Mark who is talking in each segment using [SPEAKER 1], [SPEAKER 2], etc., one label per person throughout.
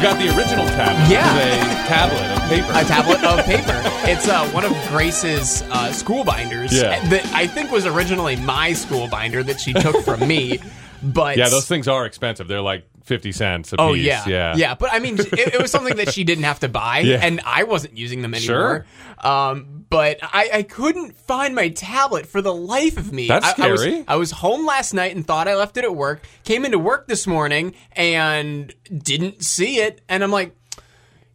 [SPEAKER 1] digital tablet.
[SPEAKER 2] Yeah.
[SPEAKER 1] This is a tablet of paper.
[SPEAKER 2] a tablet of paper. It's uh, one of Grace's uh, school binders
[SPEAKER 1] Yeah.
[SPEAKER 2] that I think was originally my school binder that she took from me. But
[SPEAKER 1] yeah, those things are expensive. They're like fifty cents a
[SPEAKER 2] Oh
[SPEAKER 1] piece.
[SPEAKER 2] yeah,
[SPEAKER 1] yeah,
[SPEAKER 2] But I mean, it, it was something that she didn't have to buy,
[SPEAKER 1] Yeah.
[SPEAKER 2] and I wasn't using them anymore. Um, but I, I couldn't find my tablet for the life of me.
[SPEAKER 1] That's
[SPEAKER 2] I, I was-
[SPEAKER 1] scary.
[SPEAKER 2] I was home last night and thought I left it at work. Came into work this morning and didn't see it, and I'm like,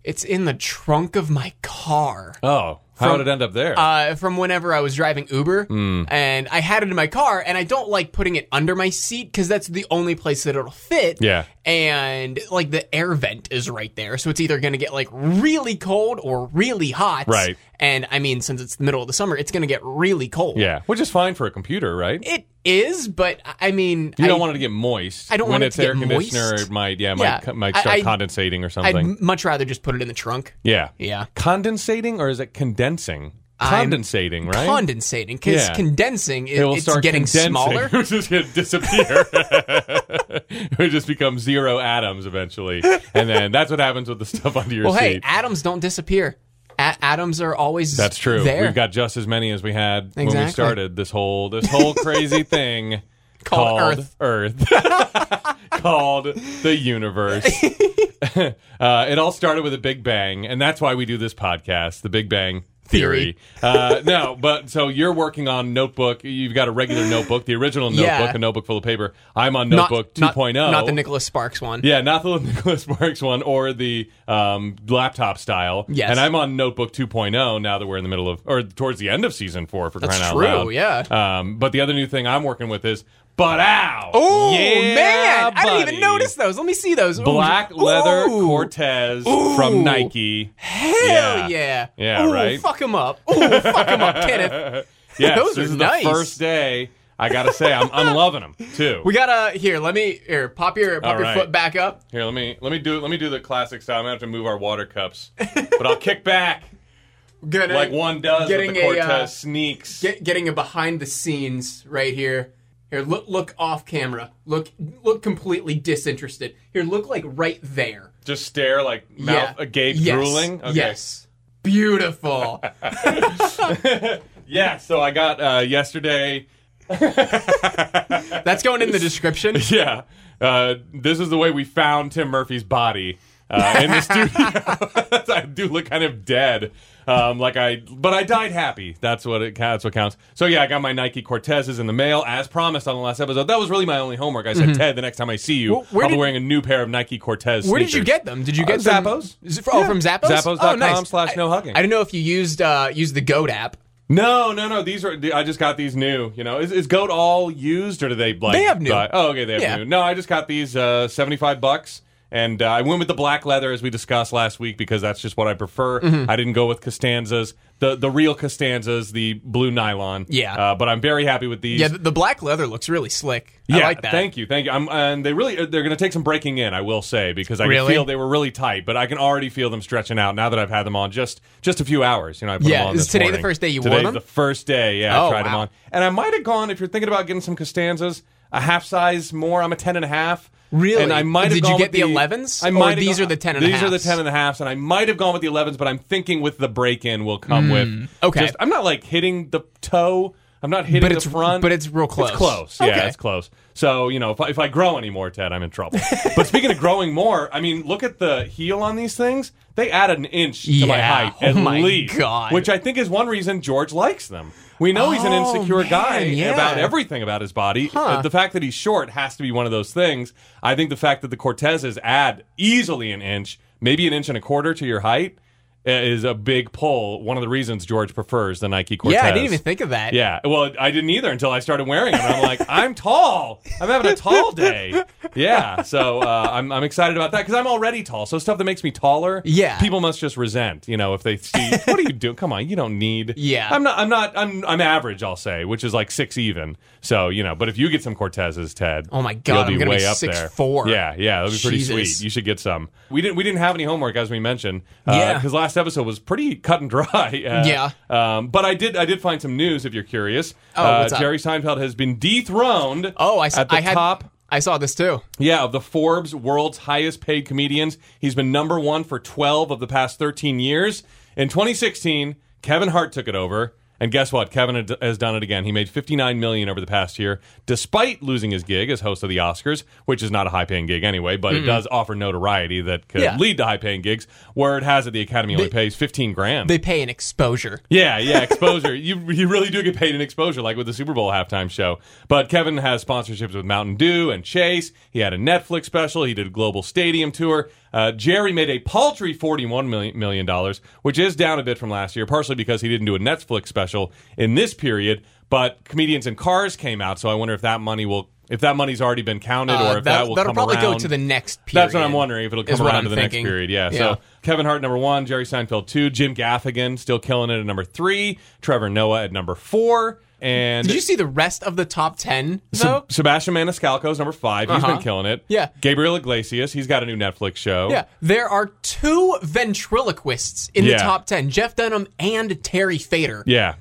[SPEAKER 2] it's in the trunk of my car.
[SPEAKER 1] Oh, how did it end up there?
[SPEAKER 2] uh, from whenever I was driving Uber,
[SPEAKER 1] Hmm.
[SPEAKER 2] and I had it in my car, and I don't like putting it under my seat because that's the only place that it'll fit.
[SPEAKER 1] Yeah.
[SPEAKER 2] and like the air vent is right there, so it's either going to get like really cold or really hot.
[SPEAKER 1] Right.
[SPEAKER 2] and I mean, since it's the middle of the summer, it's going to get really cold.
[SPEAKER 1] yeah, which is fine for a computer, right?
[SPEAKER 2] it is, but I mean,
[SPEAKER 1] You don't
[SPEAKER 2] I,
[SPEAKER 1] want it to get moist.
[SPEAKER 2] I don't
[SPEAKER 1] when
[SPEAKER 2] want it
[SPEAKER 1] it's
[SPEAKER 2] to
[SPEAKER 1] air
[SPEAKER 2] get
[SPEAKER 1] conditioner.
[SPEAKER 2] moist.
[SPEAKER 1] It might yeah,
[SPEAKER 2] Yeah.
[SPEAKER 1] might co- might
[SPEAKER 2] I-
[SPEAKER 1] start
[SPEAKER 2] I'd-
[SPEAKER 1] condensating or
[SPEAKER 2] I'd
[SPEAKER 1] something.
[SPEAKER 2] m- much rather just put it in the trunk.
[SPEAKER 1] yeah,
[SPEAKER 2] Yeah.
[SPEAKER 1] Condensating or is it condensing? Condensating, right?
[SPEAKER 2] Condensating because
[SPEAKER 1] Yeah.
[SPEAKER 2] condensing it,
[SPEAKER 1] it will
[SPEAKER 2] it's
[SPEAKER 1] start
[SPEAKER 2] getting
[SPEAKER 1] condensing.
[SPEAKER 2] smaller.
[SPEAKER 1] It's just going to disappear. it would just become zero atoms eventually, and then that's what happens with the stuff under your
[SPEAKER 2] Well,
[SPEAKER 1] seat.
[SPEAKER 2] hey, atoms don't disappear. A- atoms are always
[SPEAKER 1] That's true.
[SPEAKER 2] There.
[SPEAKER 1] We've got just as many as we had when we
[SPEAKER 2] Exactly.
[SPEAKER 1] started this whole this whole crazy thing
[SPEAKER 2] Called Earth.
[SPEAKER 1] Earth. called the universe. uh, it all started with a Big Bang, and that's why we do this podcast, the Big Bang Theory. uh, no, but so you're working on notebook. You've got a regular notebook, the original notebook,
[SPEAKER 2] Yeah.
[SPEAKER 1] a notebook full of paper. I'm on
[SPEAKER 2] Not-
[SPEAKER 1] notebook
[SPEAKER 2] not,
[SPEAKER 1] 2.0.
[SPEAKER 2] not the Nicholas Sparks one.
[SPEAKER 1] oh. Yeah, not the Nicholas Sparks one or the um, laptop style.
[SPEAKER 2] Yes.
[SPEAKER 1] And I'm on Notebook 2.0 now that we're in the middle of, or towards the end of season four for
[SPEAKER 2] That's
[SPEAKER 1] crying
[SPEAKER 2] true,
[SPEAKER 1] out loud.
[SPEAKER 2] yeah.
[SPEAKER 1] Um, but the other new thing I'm working with is But Ow!
[SPEAKER 2] Oh
[SPEAKER 1] Yeah,
[SPEAKER 2] man, I didn't even
[SPEAKER 1] buddy.
[SPEAKER 2] notice those. Let me see those. Ooh.
[SPEAKER 1] Black leather
[SPEAKER 2] Ooh.
[SPEAKER 1] Cortez from Nike.
[SPEAKER 2] Hell yeah.
[SPEAKER 1] Yeah,
[SPEAKER 2] Ooh,
[SPEAKER 1] right?
[SPEAKER 2] Fuck him up. Ooh, fuck him up, Kenneth.
[SPEAKER 1] Yes,
[SPEAKER 2] Those
[SPEAKER 1] this
[SPEAKER 2] are
[SPEAKER 1] is
[SPEAKER 2] nice.
[SPEAKER 1] the first day. I gotta say, I'm, I'm loving them too.
[SPEAKER 2] We gotta here. Let me here. Pop your pop
[SPEAKER 1] All
[SPEAKER 2] your
[SPEAKER 1] right.
[SPEAKER 2] foot back up.
[SPEAKER 1] Here, let me let me do let me do the classic style. I'm gonna have to move our water cups, but I'll kick back
[SPEAKER 2] Gonna,
[SPEAKER 1] like one does
[SPEAKER 2] Getting
[SPEAKER 1] with the Cortez
[SPEAKER 2] a, uh,
[SPEAKER 1] sneaks.
[SPEAKER 2] get, getting a behind the scenes right here. Here, look look off camera. Look look completely disinterested. Here, look like right there.
[SPEAKER 1] Just stare like mouth
[SPEAKER 2] yeah.
[SPEAKER 1] agape,
[SPEAKER 2] yes.
[SPEAKER 1] drooling.
[SPEAKER 2] Yes. Beautiful.
[SPEAKER 1] Yeah. So I got uh, yesterday.
[SPEAKER 2] That's going in the description.
[SPEAKER 1] Yeah. Uh, this is the way we found Tim Murphy's body uh, in the studio. I do look kind of dead. Um, like I, but I died happy. That's what it. That's what counts. So yeah, I got my Nike Cortezes in the mail as promised on the last episode. That was really my only homework. I said, Ted, the next time I see you,
[SPEAKER 2] Well, Mm-hmm. where
[SPEAKER 1] I'll be
[SPEAKER 2] did-
[SPEAKER 1] wearing a new pair of Nike Cortez.
[SPEAKER 2] Where did you
[SPEAKER 1] sneakers.
[SPEAKER 2] get them? Did you get
[SPEAKER 1] Uh,
[SPEAKER 2] them-
[SPEAKER 1] Zappos.
[SPEAKER 2] Z- Oh, from Zappos.
[SPEAKER 1] Zappos.com
[SPEAKER 2] Oh, nice.
[SPEAKER 1] slash no hugging.
[SPEAKER 2] I, I didn't know if you used uh, used the Goat app.
[SPEAKER 1] No, no, no. These are. I just got these new. You know, is, is Goat all used or do they like?
[SPEAKER 2] They have new.
[SPEAKER 1] buy- oh, okay, they have
[SPEAKER 2] Yeah.
[SPEAKER 1] new. No, I just got these uh, seventy-five bucks, and uh, I went with the black leather as we discussed last week because that's just what I prefer.
[SPEAKER 2] Mm-hmm.
[SPEAKER 1] I didn't go with Costanzas, the the real Costanzas, the blue nylon.
[SPEAKER 2] Yeah.
[SPEAKER 1] uh, but I'm very happy with these.
[SPEAKER 2] Yeah, the, the black leather looks really slick. I
[SPEAKER 1] Yeah,
[SPEAKER 2] like that.
[SPEAKER 1] Thank you, thank you. I'm, and they really they're going to take some breaking in, I will say, because I can
[SPEAKER 2] Really?
[SPEAKER 1] feel they were really tight, but I can already feel them stretching out now that I've had them on just just a few hours. You know, I put
[SPEAKER 2] Yeah,
[SPEAKER 1] them on
[SPEAKER 2] is
[SPEAKER 1] this
[SPEAKER 2] today the
[SPEAKER 1] morning.
[SPEAKER 2] first day you wore
[SPEAKER 1] Today's
[SPEAKER 2] them?
[SPEAKER 1] The first day, yeah, I
[SPEAKER 2] Oh,
[SPEAKER 1] tried them
[SPEAKER 2] wow.
[SPEAKER 1] on, and I might have gone if you're thinking about getting some Costanzas, a half size more. I'm a ten and a half.
[SPEAKER 2] Really?
[SPEAKER 1] And I might have
[SPEAKER 2] Did you
[SPEAKER 1] gone
[SPEAKER 2] get the
[SPEAKER 1] with
[SPEAKER 2] 11s?
[SPEAKER 1] I
[SPEAKER 2] Or
[SPEAKER 1] might have
[SPEAKER 2] these
[SPEAKER 1] gone-
[SPEAKER 2] are the 10 and a
[SPEAKER 1] These are the
[SPEAKER 2] halves?
[SPEAKER 1] ten and a halves, and I might have gone with the 11s, but I'm thinking with the break in will come with.
[SPEAKER 2] Hmm, okay.
[SPEAKER 1] just- I'm not like hitting the toe. I'm not hitting
[SPEAKER 2] But
[SPEAKER 1] the
[SPEAKER 2] it's-
[SPEAKER 1] front,
[SPEAKER 2] but it's real close.
[SPEAKER 1] It's close, yeah,
[SPEAKER 2] Okay.
[SPEAKER 1] it's close. So you know, if I, if I grow any more, Ted, I'm in trouble. but speaking of growing more, I mean, look at the heel on these things. They add an inch to my
[SPEAKER 2] Yeah.
[SPEAKER 1] height at
[SPEAKER 2] Oh my
[SPEAKER 1] least,
[SPEAKER 2] God.
[SPEAKER 1] which I think is one reason George likes them. We know he's an
[SPEAKER 2] Oh,
[SPEAKER 1] insecure
[SPEAKER 2] man,
[SPEAKER 1] guy
[SPEAKER 2] yeah.
[SPEAKER 1] about everything about his body. Uh, The fact that he's short has to be one of those things. I think the fact that the Cortezes add easily an inch, maybe an inch and a quarter to your height. uh, Is a big pull. One of the reasons George prefers the Nike Cortez.
[SPEAKER 2] Yeah, I didn't even think of that.
[SPEAKER 1] Yeah, well, I didn't either until I started wearing them. I'm like, I'm tall. I'm having a tall day. Yeah, so uh, I'm, I'm excited about that because I'm already tall. So stuff that makes me taller,
[SPEAKER 2] Yeah.
[SPEAKER 1] people must just resent. You know, if they see, what are you doing? Come on, you don't need.
[SPEAKER 2] Yeah.
[SPEAKER 1] I'm not. I'm not. I'm. I'm average. I'll say, which is like six even. So you know, but if you get some Cortezes, Ted,
[SPEAKER 2] Oh my God,
[SPEAKER 1] you'll
[SPEAKER 2] I'm
[SPEAKER 1] be
[SPEAKER 2] gonna
[SPEAKER 1] way
[SPEAKER 2] be
[SPEAKER 1] up
[SPEAKER 2] 6'4".
[SPEAKER 1] there. Yeah, yeah, that'd be pretty
[SPEAKER 2] Jesus.
[SPEAKER 1] sweet. You should get some. We didn't. We didn't have any homework as we mentioned. Uh,
[SPEAKER 2] Yeah.
[SPEAKER 1] because last episode was pretty cut and dry. Uh,
[SPEAKER 2] Yeah.
[SPEAKER 1] um, but I did I did find some news if you're curious. Uh,
[SPEAKER 2] Oh, what's up?
[SPEAKER 1] Jerry Seinfeld has been dethroned.
[SPEAKER 2] Oh, I s-
[SPEAKER 1] at the
[SPEAKER 2] I had-
[SPEAKER 1] top
[SPEAKER 2] I saw this too.
[SPEAKER 1] Yeah, of the Forbes world's highest paid comedians, he's been number one for 12 of the past 13 years. In 2016, Kevin Hart took it over. And guess what? Kevin had- has done it again. He made 59 million over the past year, despite losing his gig as host of the Oscars, which is not a high-paying gig anyway, but it does offer notoriety that could
[SPEAKER 2] Yeah.
[SPEAKER 1] lead to high-paying gigs. Where it has it, the Academy only pays 15 grand.
[SPEAKER 2] They pay an exposure.
[SPEAKER 1] Yeah, yeah, exposure. you you really do get paid in exposure, like with the Super Bowl halftime show. But Kevin has sponsorships with Mountain Dew and Chase. He had a Netflix special. He did a global stadium tour. Uh, Jerry made a paltry forty-one million million dollars, which is down a bit from last year, partially because he didn't do a Netflix special in this period. But comedians and cars came out, so I wonder if that money will, if that money's already been counted,
[SPEAKER 2] Uh,
[SPEAKER 1] or
[SPEAKER 2] that-
[SPEAKER 1] if that, will
[SPEAKER 2] that'll
[SPEAKER 1] come
[SPEAKER 2] probably go
[SPEAKER 1] around.
[SPEAKER 2] to the next period.
[SPEAKER 1] That's what I'm wondering if it'll
[SPEAKER 2] is
[SPEAKER 1] come
[SPEAKER 2] what
[SPEAKER 1] around
[SPEAKER 2] I'm
[SPEAKER 1] to the
[SPEAKER 2] thinking.
[SPEAKER 1] next period. Yeah.
[SPEAKER 2] Yeah.
[SPEAKER 1] So Kevin Hart number one, Jerry Seinfeld two, Jim Gaffigan still killing it at number three, Trevor Noah at number four, and
[SPEAKER 2] Did you see the rest of the top ten though?
[SPEAKER 1] Seb- Sebastian Maniscalco's number 5 he He's been killing it.
[SPEAKER 2] Uh-huh. Yeah.
[SPEAKER 1] Gabriel Iglesias. He's got a new Netflix show.
[SPEAKER 2] yeah, there are two ventriloquists in
[SPEAKER 1] Yeah.
[SPEAKER 2] the top ten: Jeff Dunham and Terry Fader.
[SPEAKER 1] Yeah.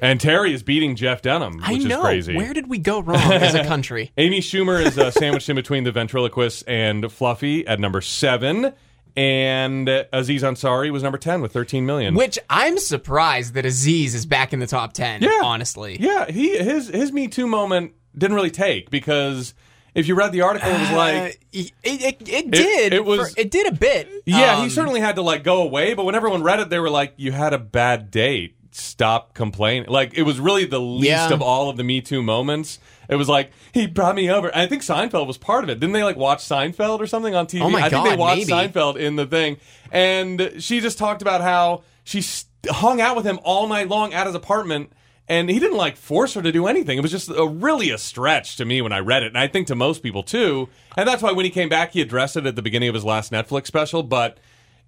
[SPEAKER 1] And Terry is beating Jeff Dunham, which
[SPEAKER 2] I know.
[SPEAKER 1] is crazy.
[SPEAKER 2] Where did we go wrong as a country?
[SPEAKER 1] Amy Schumer is uh, sandwiched in between the ventriloquist and Fluffy at number seven. And uh, Aziz Ansari was number 10 with 13 million.
[SPEAKER 2] Which I'm surprised that Aziz is back in the top ten. honestly.
[SPEAKER 1] Yeah, he his his Me Too moment didn't really take because if you read the article, it was
[SPEAKER 2] Uh,
[SPEAKER 1] like.
[SPEAKER 2] it, it, it did.
[SPEAKER 1] it was-
[SPEAKER 2] for- it did a bit.
[SPEAKER 1] Yeah, he
[SPEAKER 2] Um,
[SPEAKER 1] certainly had to like go away, but when everyone read it, they were like, "You had a bad date. Stop complaining." Like it was really the least
[SPEAKER 2] Yeah.
[SPEAKER 1] of all of the Me Too moments. It was like he brought me over. I think Seinfeld was part of it. Didn't they like watch Seinfeld or something on TV?
[SPEAKER 2] Oh my
[SPEAKER 1] I think they
[SPEAKER 2] God,
[SPEAKER 1] watched
[SPEAKER 2] maybe.
[SPEAKER 1] Seinfeld in the thing, and she just talked about how she s hung out with him all night long at his apartment. And he didn't like force her to do anything. It was just a, really a stretch to me when I read it, and I think to most people too. And that's why when he came back, he addressed it at the beginning of his last Netflix special. But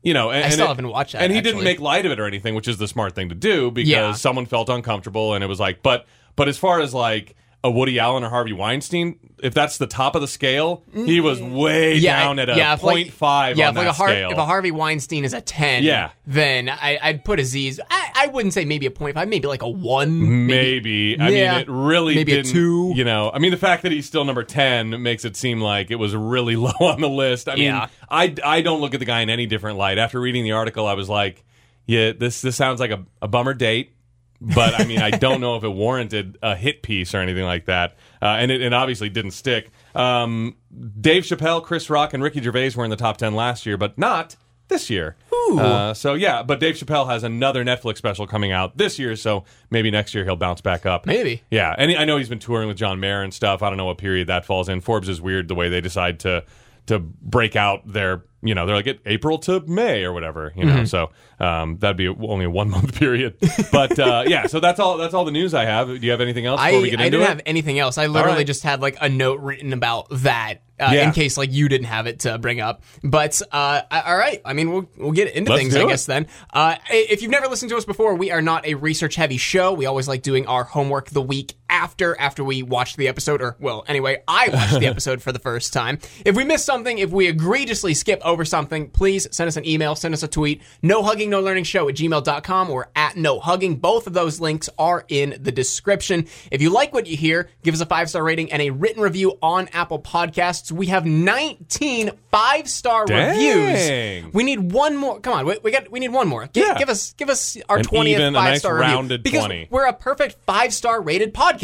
[SPEAKER 1] you know, and,
[SPEAKER 2] I still
[SPEAKER 1] and
[SPEAKER 2] haven't watched that,
[SPEAKER 1] And he didn't
[SPEAKER 2] actually.
[SPEAKER 1] make light of it or anything, which is the smart thing to do because
[SPEAKER 2] Yeah.
[SPEAKER 1] someone felt uncomfortable, and it was like, but but as far as like a Woody Allen or Harvey Weinstein, if that's the top of the scale, he was way down at a
[SPEAKER 2] yeah, if like-
[SPEAKER 1] point five
[SPEAKER 2] yeah,
[SPEAKER 1] on
[SPEAKER 2] if
[SPEAKER 1] that
[SPEAKER 2] like a Har-
[SPEAKER 1] scale.
[SPEAKER 2] If a Harvey Weinstein is a ten,
[SPEAKER 1] Yeah.
[SPEAKER 2] then I, I'd put Aziz. I, I wouldn't say maybe a point five, maybe like a one.
[SPEAKER 1] Maybe. I
[SPEAKER 2] Yeah.
[SPEAKER 1] mean, it really
[SPEAKER 2] Maybe a
[SPEAKER 1] didn't.
[SPEAKER 2] two.
[SPEAKER 1] You know, I mean, the fact that he's still number ten makes it seem like it was really low on the list. I mean,
[SPEAKER 2] Yeah.
[SPEAKER 1] I I don't look at the guy in any different light. After reading the article, I was like, yeah, this this sounds like a, a bummer date. but I mean, I don't know if it warranted a hit piece or anything like that, uh, and it, it obviously didn't stick. Um, Dave Chappelle, Chris Rock, and Ricky Gervais were in the top ten last year, but not this year. Uh, so yeah, but Dave Chappelle has another Netflix special coming out this year, so maybe next year he'll bounce back up.
[SPEAKER 2] Maybe.
[SPEAKER 1] Yeah, and I know he's been touring with John Mayer and stuff. I don't know what period that falls in. Forbes is weird the way they decide to to break out their you know they're like it April to May or whatever you
[SPEAKER 2] Mm-hmm.
[SPEAKER 1] know. So um, that'd be only a one month period. But uh, yeah, so that's all that's all the news I have. Do you have anything else
[SPEAKER 2] I,
[SPEAKER 1] before we
[SPEAKER 2] I
[SPEAKER 1] get into
[SPEAKER 2] didn't
[SPEAKER 1] it?
[SPEAKER 2] have anything else. I literally
[SPEAKER 1] right.
[SPEAKER 2] just had like a note written about that uh,
[SPEAKER 1] Yeah.
[SPEAKER 2] in case like you didn't have it to bring up. But uh, I- all right, I mean we'll we'll get into
[SPEAKER 1] Let's
[SPEAKER 2] things
[SPEAKER 1] do
[SPEAKER 2] I
[SPEAKER 1] it.
[SPEAKER 2] guess then. Uh, i- if you've never listened to us before, we are not a research heavy show. We always like doing our homework the week after after we watch the episode or well anyway I watched the episode for the first time. If we miss something, if we egregiously skip over something, please send us an email, send us a tweet. No hugging, no learning show at gmail.com or at no hugging. Both of those links are in the description. If you like what you hear, give us a five star rating and a written review on Apple Podcasts. We have 19 five star
[SPEAKER 1] Dang.
[SPEAKER 2] reviews. We need one more. Come on, we, we got we need one more. Gi-
[SPEAKER 1] Yeah.
[SPEAKER 2] Give us give us our
[SPEAKER 1] An
[SPEAKER 2] 20th
[SPEAKER 1] even, a
[SPEAKER 2] five
[SPEAKER 1] nice
[SPEAKER 2] star review
[SPEAKER 1] rounded Mm-hmm.
[SPEAKER 2] because
[SPEAKER 1] 20.
[SPEAKER 2] we're a perfect five star rated podcast.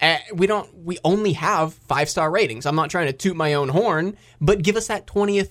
[SPEAKER 2] Uh, we don't we only have five star ratings. I'm not trying to toot my own horn, but give us that 20th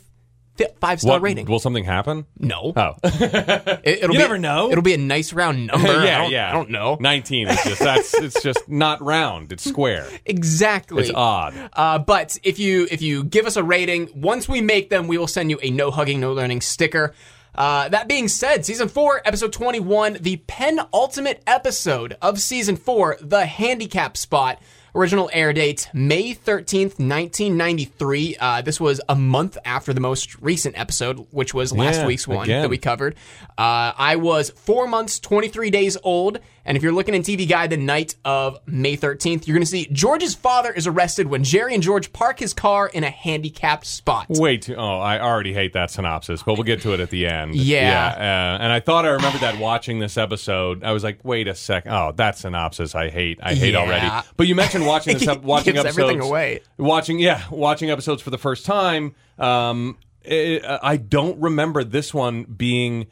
[SPEAKER 2] five star
[SPEAKER 1] What-
[SPEAKER 2] rating.
[SPEAKER 1] Will something happen?
[SPEAKER 2] no.
[SPEAKER 1] Oh,
[SPEAKER 2] It, will be,
[SPEAKER 1] You never know.
[SPEAKER 2] It'll be a nice round number.
[SPEAKER 1] yeah,
[SPEAKER 2] I don't,
[SPEAKER 1] yeah.
[SPEAKER 2] I don't know.
[SPEAKER 1] Nineteen is just that's it's just not round. It's square.
[SPEAKER 2] Exactly.
[SPEAKER 1] It's odd.
[SPEAKER 2] Uh, but if you if you give us a rating, once we make them, we will send you a no hugging, no learning sticker. Uh, that being said, season four, episode twenty-one, the penultimate episode of season four, the handicap spot. Original air date May thirteenth, nineteen ninety-three. Uh, this was a month after the most recent episode, which was last
[SPEAKER 1] Yeah,
[SPEAKER 2] week's one
[SPEAKER 1] again.
[SPEAKER 2] that we covered. Uh, I was four months, 23 days old. And if you're looking in TV Guide the night of May 13th, you're going to see George's father is arrested when Jerry and George park his car in a handicapped spot.
[SPEAKER 1] Way too. Oh, I already hate that synopsis, but we'll get to it at the end.
[SPEAKER 2] Yeah.
[SPEAKER 1] Yeah. uh, and I thought I remembered that watching this episode. I was like, wait a sec. Oh, that synopsis I hate. I hate
[SPEAKER 2] Yeah.
[SPEAKER 1] already. But you mentioned mentioned watching this, ep- watching
[SPEAKER 2] gives
[SPEAKER 1] episodes,
[SPEAKER 2] everything away.
[SPEAKER 1] Watching, yeah, watching episodes for the first time. Um, it, I don't remember this one being.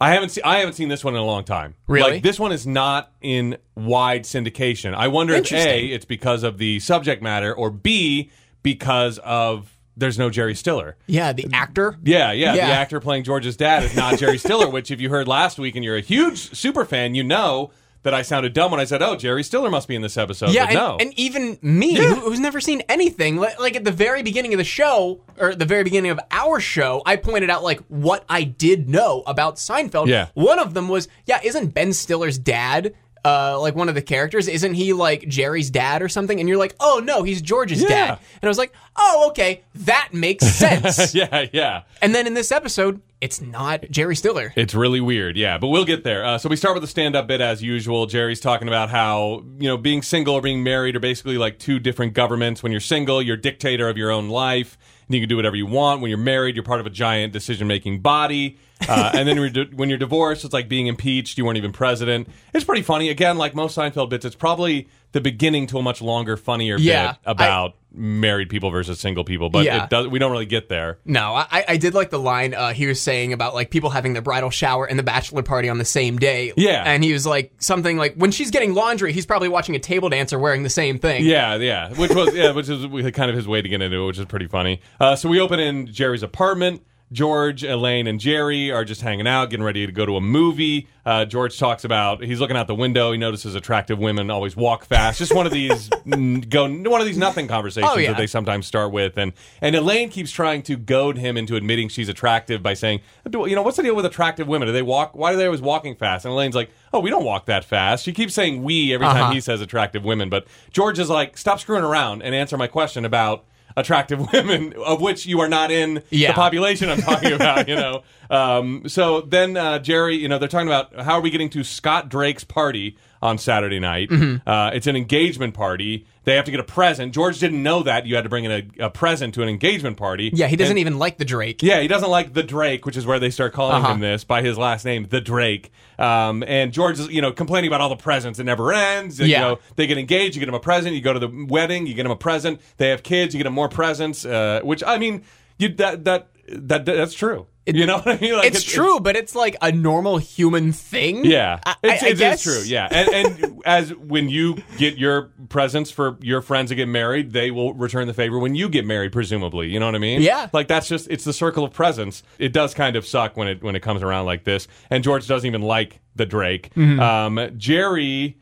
[SPEAKER 1] I haven't seen. I haven't seen this one in a long time.
[SPEAKER 2] Really?
[SPEAKER 1] like this one is not in wide syndication. I wonder if a
[SPEAKER 2] Interesting.
[SPEAKER 1] it's because of the subject matter, or b because of there's no Jerry Stiller.
[SPEAKER 2] Yeah, the actor.
[SPEAKER 1] Yeah, yeah,
[SPEAKER 2] Yeah.
[SPEAKER 1] The actor playing George's dad is not Jerry Stiller, which if you heard last week and you're a huge super fan, you know that I sounded dumb when I said, "Oh, Jerry Stiller must be in this episode."
[SPEAKER 2] Yeah,
[SPEAKER 1] but
[SPEAKER 2] and,
[SPEAKER 1] no.
[SPEAKER 2] and even me, who, who's never seen anything, li- like at the very beginning of the show, or at the very beginning of our show, I pointed out like what I did know about Seinfeld.
[SPEAKER 1] Yeah.
[SPEAKER 2] One of them was, yeah, isn't Ben Stiller's dad uh, like one of the characters? Isn't he like Jerry's dad or something? And you're like, oh no, he's George's
[SPEAKER 1] Yeah.
[SPEAKER 2] dad. And I was like, oh, okay, that makes sense.
[SPEAKER 1] yeah, yeah.
[SPEAKER 2] And then in this episode, it's not Jerry Stiller.
[SPEAKER 1] It's really weird, yeah, but we'll get there. Uh, so we start with the stand-up bit as usual. Jerry's talking about how you know being single or being married are basically like two different governments. When you're single, you're dictator of your own life, and you can do whatever you want. When you're married, you're part of a giant decision-making body. Uh, and then when you're, di- when you're divorced, it's like being impeached. You weren't even president. It's pretty funny. Again, like most Seinfeld bits, it's probably the beginning to a much longer, funnier
[SPEAKER 2] Yeah,
[SPEAKER 1] bit about married people versus single people. But
[SPEAKER 2] Yeah.
[SPEAKER 1] it does, we don't really get there.
[SPEAKER 2] No, I, I did like the line uh, he was saying about like people having their bridal shower and the bachelor party on the same day.
[SPEAKER 1] Yeah.
[SPEAKER 2] and he was like something like when she's getting laundry, he's probably watching a table dancer wearing the same thing.
[SPEAKER 1] Yeah, yeah, which was yeah, which is kind of his way to get into it, which is pretty funny. Uh, so we open in Jerry's apartment. George, Elaine, and Jerry are just hanging out, getting ready to go to a movie. Uh, George talks about he's looking out the window. He notices attractive women always walk fast. Just one of these mm, go, one of these nothing conversations
[SPEAKER 2] Oh, yeah.
[SPEAKER 1] that they sometimes start with. And and Elaine keeps trying to goad him into admitting she's attractive by saying, "Do- you know, what's the deal with attractive women? Do they walk? Why are they always walking fast? And Elaine's like, oh, we don't walk that fast. She keeps saying we every time he says attractive women. But George is like, stop screwing around and answer my question about attractive women, of which you are not in
[SPEAKER 2] Yeah.
[SPEAKER 1] the population I'm talking about, you know. Um, so then uh, Jerry, you know, they're talking about how are we getting to Scott Drake's party on Saturday night.
[SPEAKER 2] Mm-hmm.
[SPEAKER 1] Uh, it's an engagement party. They have to get a present. George didn't know that you had to bring in a, a present to an engagement party.
[SPEAKER 2] yeah, he doesn't
[SPEAKER 1] And-
[SPEAKER 2] even like the Drake. Uh-huh.
[SPEAKER 1] yeah, he doesn't like the Drake, which is where they start calling him this by his last name, the Drake. Um, and George is, you know, complaining about all the presents. It never ends. You
[SPEAKER 2] Yeah.
[SPEAKER 1] know, they get engaged, you get him a present. You go to the wedding, you get him a present. They have kids, you get him more presents. Uh, which I mean, you that that that that's true. you know what I mean? Like,
[SPEAKER 2] It's, true, but it's like a normal human thing.
[SPEAKER 1] yeah,
[SPEAKER 2] I,
[SPEAKER 1] it's,
[SPEAKER 2] I- I
[SPEAKER 1] it is
[SPEAKER 2] guess.
[SPEAKER 1] true. Yeah, and, and as when you get your presents for your friends that get married, they will return the favor when you get married, presumably. You know what I mean?
[SPEAKER 2] Yeah.
[SPEAKER 1] Like that's just it's the circle of presents. It does kind of suck when it when it comes around like this. And George doesn't even like the Drake.
[SPEAKER 2] Mm-hmm.
[SPEAKER 1] Um, Jerry,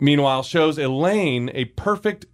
[SPEAKER 1] meanwhile, shows Elaine a perfect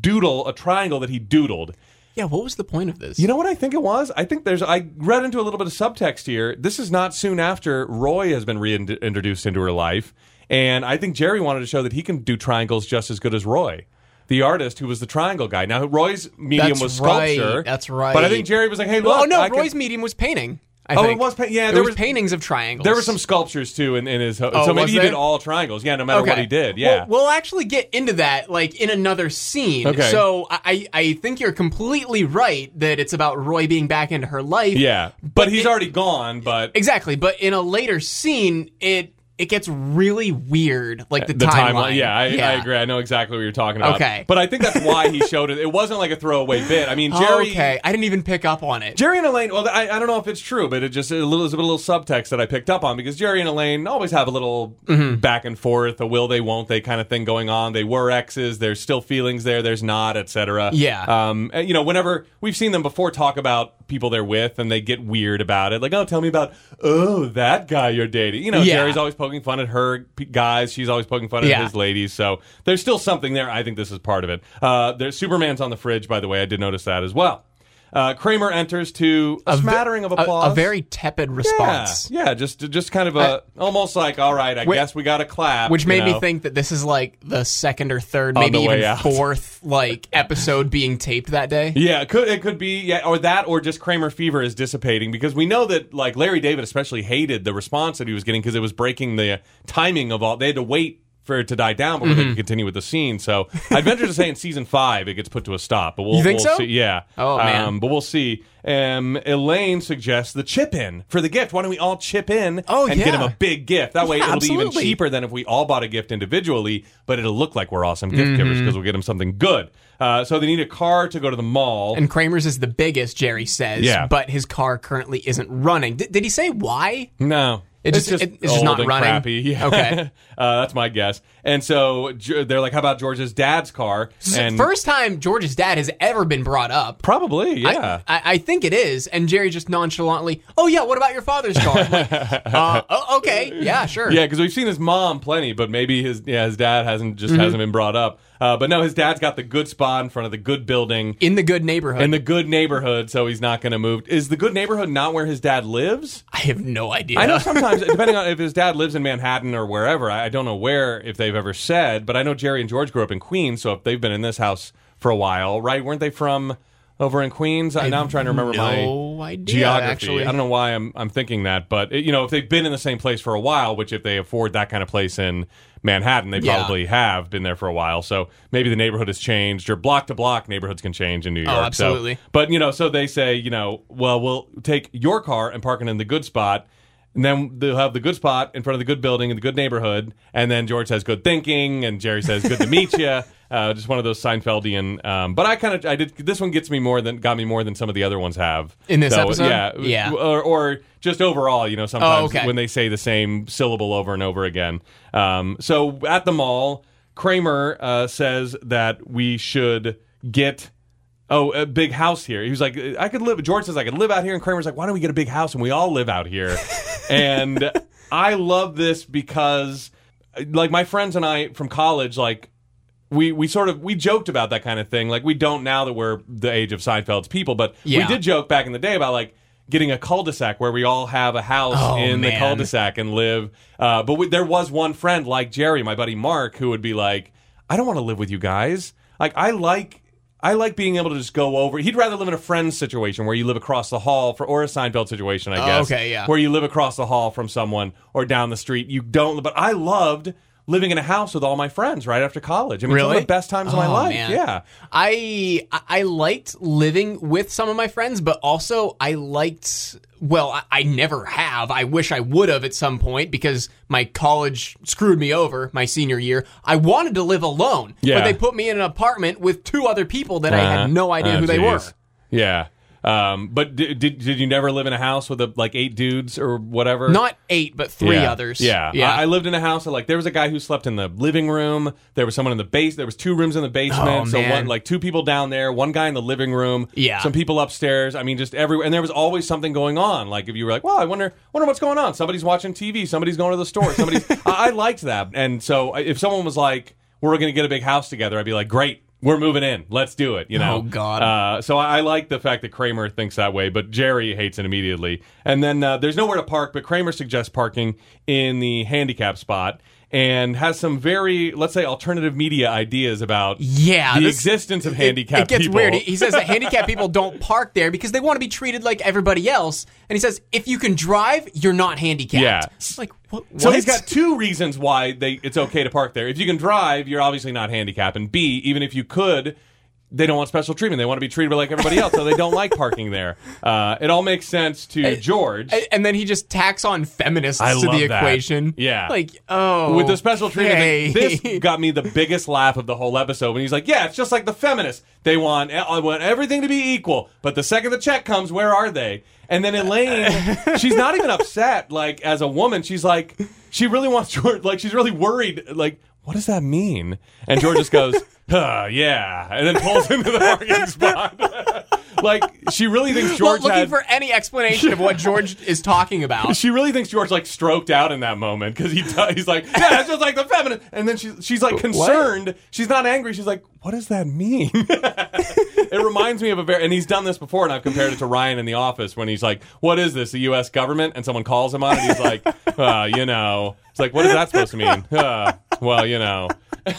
[SPEAKER 1] doodle, a triangle that he doodled.
[SPEAKER 2] yeah. What was the point of this?
[SPEAKER 1] You know what I think it was? I think there's. I read into a little bit of subtext here. This is not soon after Roy has been reintroduced into her life, and I think Jerry wanted to show that he can do triangles just as good as Roy, the artist who was the triangle guy. Now Roy's medium
[SPEAKER 2] That's
[SPEAKER 1] was
[SPEAKER 2] right,
[SPEAKER 1] sculpture.
[SPEAKER 2] that's right.
[SPEAKER 1] But I think Jerry was like, "Hey, look,
[SPEAKER 2] oh no,
[SPEAKER 1] I can-
[SPEAKER 2] Roy's medium was painting. I
[SPEAKER 1] Oh, it
[SPEAKER 2] think.
[SPEAKER 1] was pa- yeah,
[SPEAKER 2] It
[SPEAKER 1] there
[SPEAKER 2] was,
[SPEAKER 1] was-
[SPEAKER 2] paintings of triangles.
[SPEAKER 1] there were some sculptures too in, in his. Ho- so maybe
[SPEAKER 2] was
[SPEAKER 1] he
[SPEAKER 2] there?
[SPEAKER 1] did all triangles. Yeah, no matter what he did. Yeah,
[SPEAKER 2] We'll, we'll actually get into that like in another scene.
[SPEAKER 1] Okay.
[SPEAKER 2] So I I think you're completely right that it's about Roy being back into her life.
[SPEAKER 1] yeah. But, he's
[SPEAKER 2] it-
[SPEAKER 1] already gone. But
[SPEAKER 2] Exactly. But in a later scene, it it gets really weird, like the, timeline.
[SPEAKER 1] Yeah I, I agree. I know exactly what you're talking about.
[SPEAKER 2] Okay.
[SPEAKER 1] But I think that's why he showed it. It wasn't like a throwaway bit. I mean, Jerry.
[SPEAKER 2] okay, I didn't even pick up on it.
[SPEAKER 1] Jerry and Elaine. Well, I, I don't know if it's true, but it just a little, there's a little subtext that I picked up on because Jerry and Elaine always have a little
[SPEAKER 2] Mm-hmm.
[SPEAKER 1] back and forth, a will they, won't they kind of thing going on. They were exes. There's still feelings there. There's not, etc.
[SPEAKER 2] Yeah.
[SPEAKER 1] Um. and, You know, whenever we've seen them before, talk about people they're with, and they get weird about it. Like, oh, tell me about oh that guy you're dating. You know,
[SPEAKER 2] Yeah.
[SPEAKER 1] Jerry's always poking fun at her p- guys. She's always poking fun at
[SPEAKER 2] Yeah.
[SPEAKER 1] his ladies. So there's still something there. I think this is part of it. Uh, there's Superman's on the fridge, by the way. I did notice that as well. Uh, Kramer enters to a, smattering of
[SPEAKER 2] A-
[SPEAKER 1] applause.
[SPEAKER 2] A, very tepid
[SPEAKER 1] yeah,
[SPEAKER 2] response.
[SPEAKER 1] yeah, just just kind of a almost like all right, I guess we got to clap,
[SPEAKER 2] Which
[SPEAKER 1] you
[SPEAKER 2] made me
[SPEAKER 1] know.
[SPEAKER 2] think that this is like the second or third,
[SPEAKER 1] On
[SPEAKER 2] maybe
[SPEAKER 1] the way
[SPEAKER 2] even
[SPEAKER 1] out.
[SPEAKER 2] fourth, like episode being taped that day.
[SPEAKER 1] Yeah, it could it could be yeah, or that, or just Kramer fever is dissipating because we know that like Larry David especially hated the response that he was getting because it was breaking the timing of all. They had to wait for it to die down before they
[SPEAKER 2] Mm-hmm.
[SPEAKER 1] can continue with the scene. So I'd venture to say in season five it gets put to a stop. But we'll,
[SPEAKER 2] You think
[SPEAKER 1] we'll
[SPEAKER 2] so?
[SPEAKER 1] see. Yeah.
[SPEAKER 2] Oh, man.
[SPEAKER 1] Um, but we'll see. Um, Elaine suggests the chip in for the gift. Why don't we all chip in
[SPEAKER 2] Oh,
[SPEAKER 1] and get
[SPEAKER 2] yeah.
[SPEAKER 1] him a big gift? That way
[SPEAKER 2] Yeah,
[SPEAKER 1] it'll be even
[SPEAKER 2] absolutely.
[SPEAKER 1] cheaper than if we all bought a gift individually, but it'll look like we're awesome gift
[SPEAKER 2] Mm-hmm.
[SPEAKER 1] givers because we'll get him something good. Uh, so they need a car to go to the mall.
[SPEAKER 2] And Kramer's is the biggest, Jerry says.
[SPEAKER 1] Yeah.
[SPEAKER 2] But his car currently isn't running. Did- did he say why?
[SPEAKER 1] No.
[SPEAKER 2] It
[SPEAKER 1] It's
[SPEAKER 2] just- it- it's just
[SPEAKER 1] old
[SPEAKER 2] not
[SPEAKER 1] and
[SPEAKER 2] running?
[SPEAKER 1] Crappy. Yeah.
[SPEAKER 2] Okay.
[SPEAKER 1] uh, that's my guess. And so Ge- they're like, "How about George's dad's car?"
[SPEAKER 2] This is
[SPEAKER 1] And
[SPEAKER 2] the first time George's dad has ever been brought up.
[SPEAKER 1] probably,
[SPEAKER 2] I-
[SPEAKER 1] yeah.
[SPEAKER 2] I, I think it is. And Jerry just nonchalantly, oh, yeah, what about your father's car? I'm like, uh, oh, okay, yeah, sure.
[SPEAKER 1] yeah, because we've seen his mom plenty, but maybe his yeah his dad hasn't just
[SPEAKER 2] Mm-hmm.
[SPEAKER 1] hasn't been brought up. Uh, but no, his dad's got the good spot in front of the good building
[SPEAKER 2] In the good neighborhood.
[SPEAKER 1] and the good neighborhood, so he's not going to move. Is the good neighborhood not where his dad lives?
[SPEAKER 2] I have no idea.
[SPEAKER 1] I know sometimes, depending on if his dad lives in Manhattan or wherever, I I don't know where if they've ever said, but I know Jerry and George grew up in Queens, so if they've been in this house for a while, right? Weren't they from over in Queens? I, now I'm trying to remember
[SPEAKER 2] no
[SPEAKER 1] my
[SPEAKER 2] idea,
[SPEAKER 1] geography.
[SPEAKER 2] actually.
[SPEAKER 1] I don't know why I'm I'm thinking that, but you know, if they've been in the same place for a while, which if they afford that kind of place in Manhattan, they
[SPEAKER 2] Yeah.
[SPEAKER 1] probably have been there for a while. So maybe the neighborhood has changed, or block to block neighborhoods can change in New York.
[SPEAKER 2] Oh,
[SPEAKER 1] So-
[SPEAKER 2] absolutely.
[SPEAKER 1] but you know, so they say, you know, well, we'll take your car and park it in the good spot, and then they'll have the good spot in front of the good building in the good neighborhood. And then George says, "Good thinking," and Jerry says, "Good to meet you." Uh, just one of those Seinfeldian. Um, but I kind of, I did. This one gets me more than got me more than some of the other ones have
[SPEAKER 2] In this episode?
[SPEAKER 1] Yeah,
[SPEAKER 2] Yeah.
[SPEAKER 1] Or, or just overall, you know, sometimes
[SPEAKER 2] Oh, okay.
[SPEAKER 1] when they say the same syllable over and over again. Um, so at the mall, Kramer uh, says that we should get oh a big house here. He was like, I could live. George says I could live out here, and Kramer's like, why don't we get a big house and we all live out here? and I love this because like my friends and I from college, like we we sort of we joked about that kind of thing. Like we don't now that we're the age of Seinfeld's people, but we
[SPEAKER 2] Yeah.
[SPEAKER 1] did joke back in the day about like getting a cul-de-sac where we all have a house
[SPEAKER 2] Oh,
[SPEAKER 1] in the
[SPEAKER 2] man.
[SPEAKER 1] cul-de-sac and live. Uh, but we, there was one friend like Jerry, my buddy Mark, who would be like, "I don't want to live with you guys. Like I like." I like being able to just go over. He'd rather live in a friend's situation where you live across the hall, for, or a Seinfeld situation, I guess.
[SPEAKER 2] Oh, okay, yeah.
[SPEAKER 1] Where where you live across the hall from someone or down the street. You don't. But I loved living in a house with all my friends right after college. I mean, some of
[SPEAKER 2] Really?
[SPEAKER 1] the best times of my
[SPEAKER 2] Oh,
[SPEAKER 1] life.
[SPEAKER 2] man.
[SPEAKER 1] Yeah.
[SPEAKER 2] I I liked living with some of my friends, but also I liked well, I, I never have. I wish I would have at some point because my college screwed me over my senior year. I wanted to live alone,
[SPEAKER 1] Yeah.
[SPEAKER 2] but they put me in an apartment with two other people that I
[SPEAKER 1] Uh,
[SPEAKER 2] had no idea
[SPEAKER 1] oh,
[SPEAKER 2] who they were.
[SPEAKER 1] geez. Yeah. Um, but did, did did you never live in a house with a, like eight dudes or whatever?
[SPEAKER 2] Not eight, but three
[SPEAKER 1] Yeah.
[SPEAKER 2] others.
[SPEAKER 1] Yeah,
[SPEAKER 2] yeah.
[SPEAKER 1] I, I lived in a house. That, like there was a guy who slept in the living room. There was someone in the base. There was two rooms in the basement.
[SPEAKER 2] Oh,
[SPEAKER 1] so
[SPEAKER 2] man.
[SPEAKER 1] one, like two people down there, one guy in the living room.
[SPEAKER 2] Yeah.
[SPEAKER 1] some people upstairs. I mean, just everywhere. And there was always something going on. Like if you were like, well, I wonder, wonder what's going on. Somebody's watching TV. Somebody's going to the store. Somebody's. I, I liked that. And so I- if someone was like, we're going to get a big house together, I'd be like, great. We're moving in. Let's do it. You know.
[SPEAKER 2] Oh, God.
[SPEAKER 1] Uh, so I, I like the fact that Kramer thinks that way, but Jerry hates it immediately. And then uh, there's nowhere to park, but Kramer suggests parking in the handicap spot and has some very, let's say, alternative media ideas about
[SPEAKER 2] Yeah,
[SPEAKER 1] the
[SPEAKER 2] this-
[SPEAKER 1] existence of
[SPEAKER 2] it-
[SPEAKER 1] handicapped
[SPEAKER 2] It gets
[SPEAKER 1] people.
[SPEAKER 2] weird. He, he says that handicapped people don't park there because they want to be treated like everybody else. And he says if you can drive, you're not handicapped.
[SPEAKER 1] Yeah.
[SPEAKER 2] It's like what?
[SPEAKER 1] So he's
[SPEAKER 2] what?
[SPEAKER 1] got two reasons why they it's okay to park there. If you can drive, you're obviously not handicapped, and B, even if you could, they don't want special treatment. They want to be treated like everybody else, so they don't like parking there. Uh, it all makes sense to George.
[SPEAKER 2] A- and then he just tacks on feminists
[SPEAKER 1] I
[SPEAKER 2] to
[SPEAKER 1] love
[SPEAKER 2] the
[SPEAKER 1] that.
[SPEAKER 2] equation.
[SPEAKER 1] Yeah.
[SPEAKER 2] like oh,
[SPEAKER 1] with the special treatment.
[SPEAKER 2] okay.
[SPEAKER 1] thing, This got me the biggest laugh of the whole episode when he's like, "Yeah, it's just like the feminists. They want eh, I want everything to be equal, but the second the check comes, where are they?" And then Elaine, she's not even upset. Like as a woman, she's like, she really wants George. Like she's really worried. Like. What does that mean? And George just goes, huh, yeah, and then pulls into the parking spot. like she really thinks
[SPEAKER 2] Well,
[SPEAKER 1] George
[SPEAKER 2] looking
[SPEAKER 1] had
[SPEAKER 2] for any explanation of what George is talking about.
[SPEAKER 1] she really thinks George like stroked out in that moment because he t- he's like, yeah, it's just like the feminist, and then she's she's like concerned. She's not angry. She's like, what does that mean? it reminds me of a very, and he's done this before, and I've compared it to Ryan in the office when he's like, what is this, the U.S. government? And someone calls him on it. He's like, uh, you know, it's like, what is that supposed to mean? Uh, well, you know,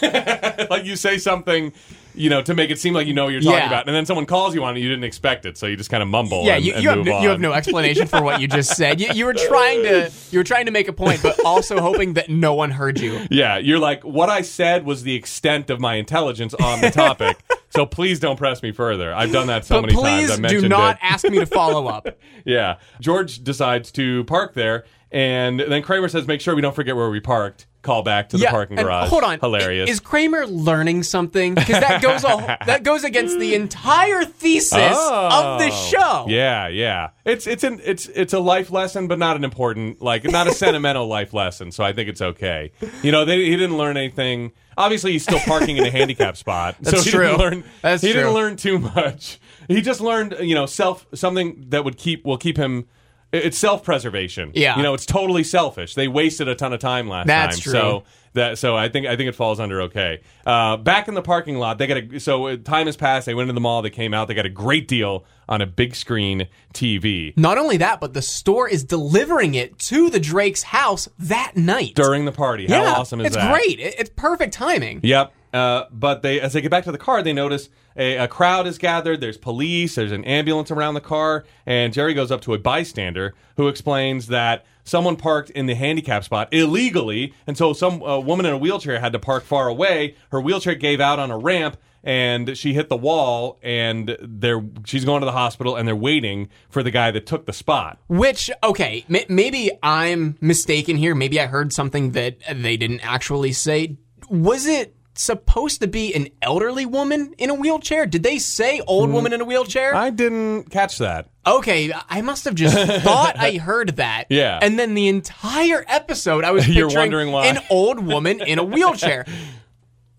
[SPEAKER 1] like you say something. you know, to make it seem like you know what you're talking
[SPEAKER 2] Yeah.
[SPEAKER 1] about. And then someone calls you on it, you didn't expect it, so you just kind of mumble.
[SPEAKER 2] Yeah,
[SPEAKER 1] and,
[SPEAKER 2] you,
[SPEAKER 1] and
[SPEAKER 2] you, have
[SPEAKER 1] move
[SPEAKER 2] no,
[SPEAKER 1] on.
[SPEAKER 2] you have no explanation for what you just said. You, you were trying to you were trying to make a point, but also hoping that no one heard you.
[SPEAKER 1] Yeah, you're like, what I said was the extent of my intelligence on the topic. so please don't press me further. I've done that so
[SPEAKER 2] But
[SPEAKER 1] many times.
[SPEAKER 2] please
[SPEAKER 1] I
[SPEAKER 2] do
[SPEAKER 1] mentioned
[SPEAKER 2] not
[SPEAKER 1] it.
[SPEAKER 2] ask me to follow up.
[SPEAKER 1] Yeah. George decides to park there, and then Kramer says, make sure we don't forget where we parked. Call back to the parking
[SPEAKER 2] and
[SPEAKER 1] garage.
[SPEAKER 2] Hold on,
[SPEAKER 1] Hilarious.
[SPEAKER 2] I- Is Kramer learning something? Because that goes all, that goes against the entire thesis of the
[SPEAKER 1] Oh.
[SPEAKER 2] show.
[SPEAKER 1] Yeah, yeah. It's it's an it's it's a life lesson, but not an important like not a sentimental life lesson. So I think it's okay. You know, they, he didn't learn anything. Obviously, he's still parking in a handicap spot.
[SPEAKER 2] That's
[SPEAKER 1] so he
[SPEAKER 2] true.
[SPEAKER 1] Didn't learn,
[SPEAKER 2] That's
[SPEAKER 1] he
[SPEAKER 2] true.
[SPEAKER 1] didn't learn too much. He just learned you know self something that would keep will keep him. it- It's self preservation.
[SPEAKER 2] Yeah.
[SPEAKER 1] you know, it's totally selfish. They wasted a ton of time last
[SPEAKER 2] That's
[SPEAKER 1] time.
[SPEAKER 2] true.
[SPEAKER 1] So that so I think I think it falls under okay. Uh, back in the parking lot, they got a so uh, time has passed. They went into the mall. They came out. They got a great deal on a big screen TV
[SPEAKER 2] Not only that, but the store is delivering it to the Drake's house that night.
[SPEAKER 1] during the party. How
[SPEAKER 2] yeah,
[SPEAKER 1] awesome is
[SPEAKER 2] it's
[SPEAKER 1] that?
[SPEAKER 2] great. It- it's perfect timing.
[SPEAKER 1] Yep. Uh, but they as they get back to the car, they notice a, a crowd is gathered. There's police. There's an ambulance around the car, and Jerry goes up to a bystander who explains that someone parked in the handicap spot illegally, and so some uh, woman in a wheelchair had to park far away. Her wheelchair gave out on a ramp. And she hit the wall, and they're she's going to the hospital, and they're waiting for the guy that took the spot.
[SPEAKER 2] Which, okay, m- maybe I'm mistaken here. Maybe I heard something that they didn't actually say. Was it supposed to be an elderly woman in a wheelchair? Did they say old woman in a wheelchair?
[SPEAKER 1] Hmm. I didn't catch that.
[SPEAKER 2] okay, I must have just thought I heard that.
[SPEAKER 1] Yeah.
[SPEAKER 2] And then the entire episode, I was
[SPEAKER 1] You're
[SPEAKER 2] picturing
[SPEAKER 1] wondering why.
[SPEAKER 2] an old woman in a wheelchair.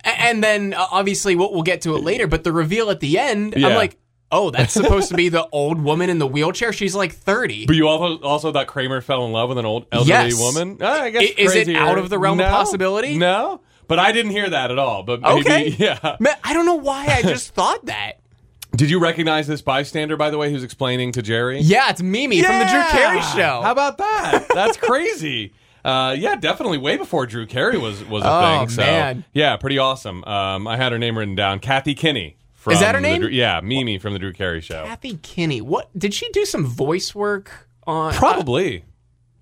[SPEAKER 2] A- and then uh, obviously we'll, we'll get to it later, but the reveal at the end, I'm
[SPEAKER 1] Yeah.
[SPEAKER 2] like, oh, that's supposed to be the old woman in the wheelchair. She's like 30.
[SPEAKER 1] But you also also thought Kramer fell in love with an old elderly
[SPEAKER 2] Yes.
[SPEAKER 1] woman. Ah, I guess
[SPEAKER 2] I- is it
[SPEAKER 1] crazier.
[SPEAKER 2] out of the realm of
[SPEAKER 1] No.
[SPEAKER 2] possibility?
[SPEAKER 1] No, but I didn't hear that at all. But maybe,
[SPEAKER 2] Okay.
[SPEAKER 1] yeah.
[SPEAKER 2] Man, I don't know why I just thought that.
[SPEAKER 1] Did you recognize this bystander by the way who's explaining to Jerry?
[SPEAKER 2] Yeah, it's Mimi from the Drew Carey show.
[SPEAKER 1] How about that? That's crazy. Uh, yeah, definitely. Way before Drew Carey was was a
[SPEAKER 2] Oh,
[SPEAKER 1] thing. So
[SPEAKER 2] man.
[SPEAKER 1] yeah, pretty awesome. Um, I had her name written down. Kathy Kinney. From
[SPEAKER 2] Is that her
[SPEAKER 1] the
[SPEAKER 2] name?
[SPEAKER 1] Drew- yeah, Mimi from the Drew Carey show.
[SPEAKER 2] Kathy Kinney. What did she do some voice work on
[SPEAKER 1] Probably.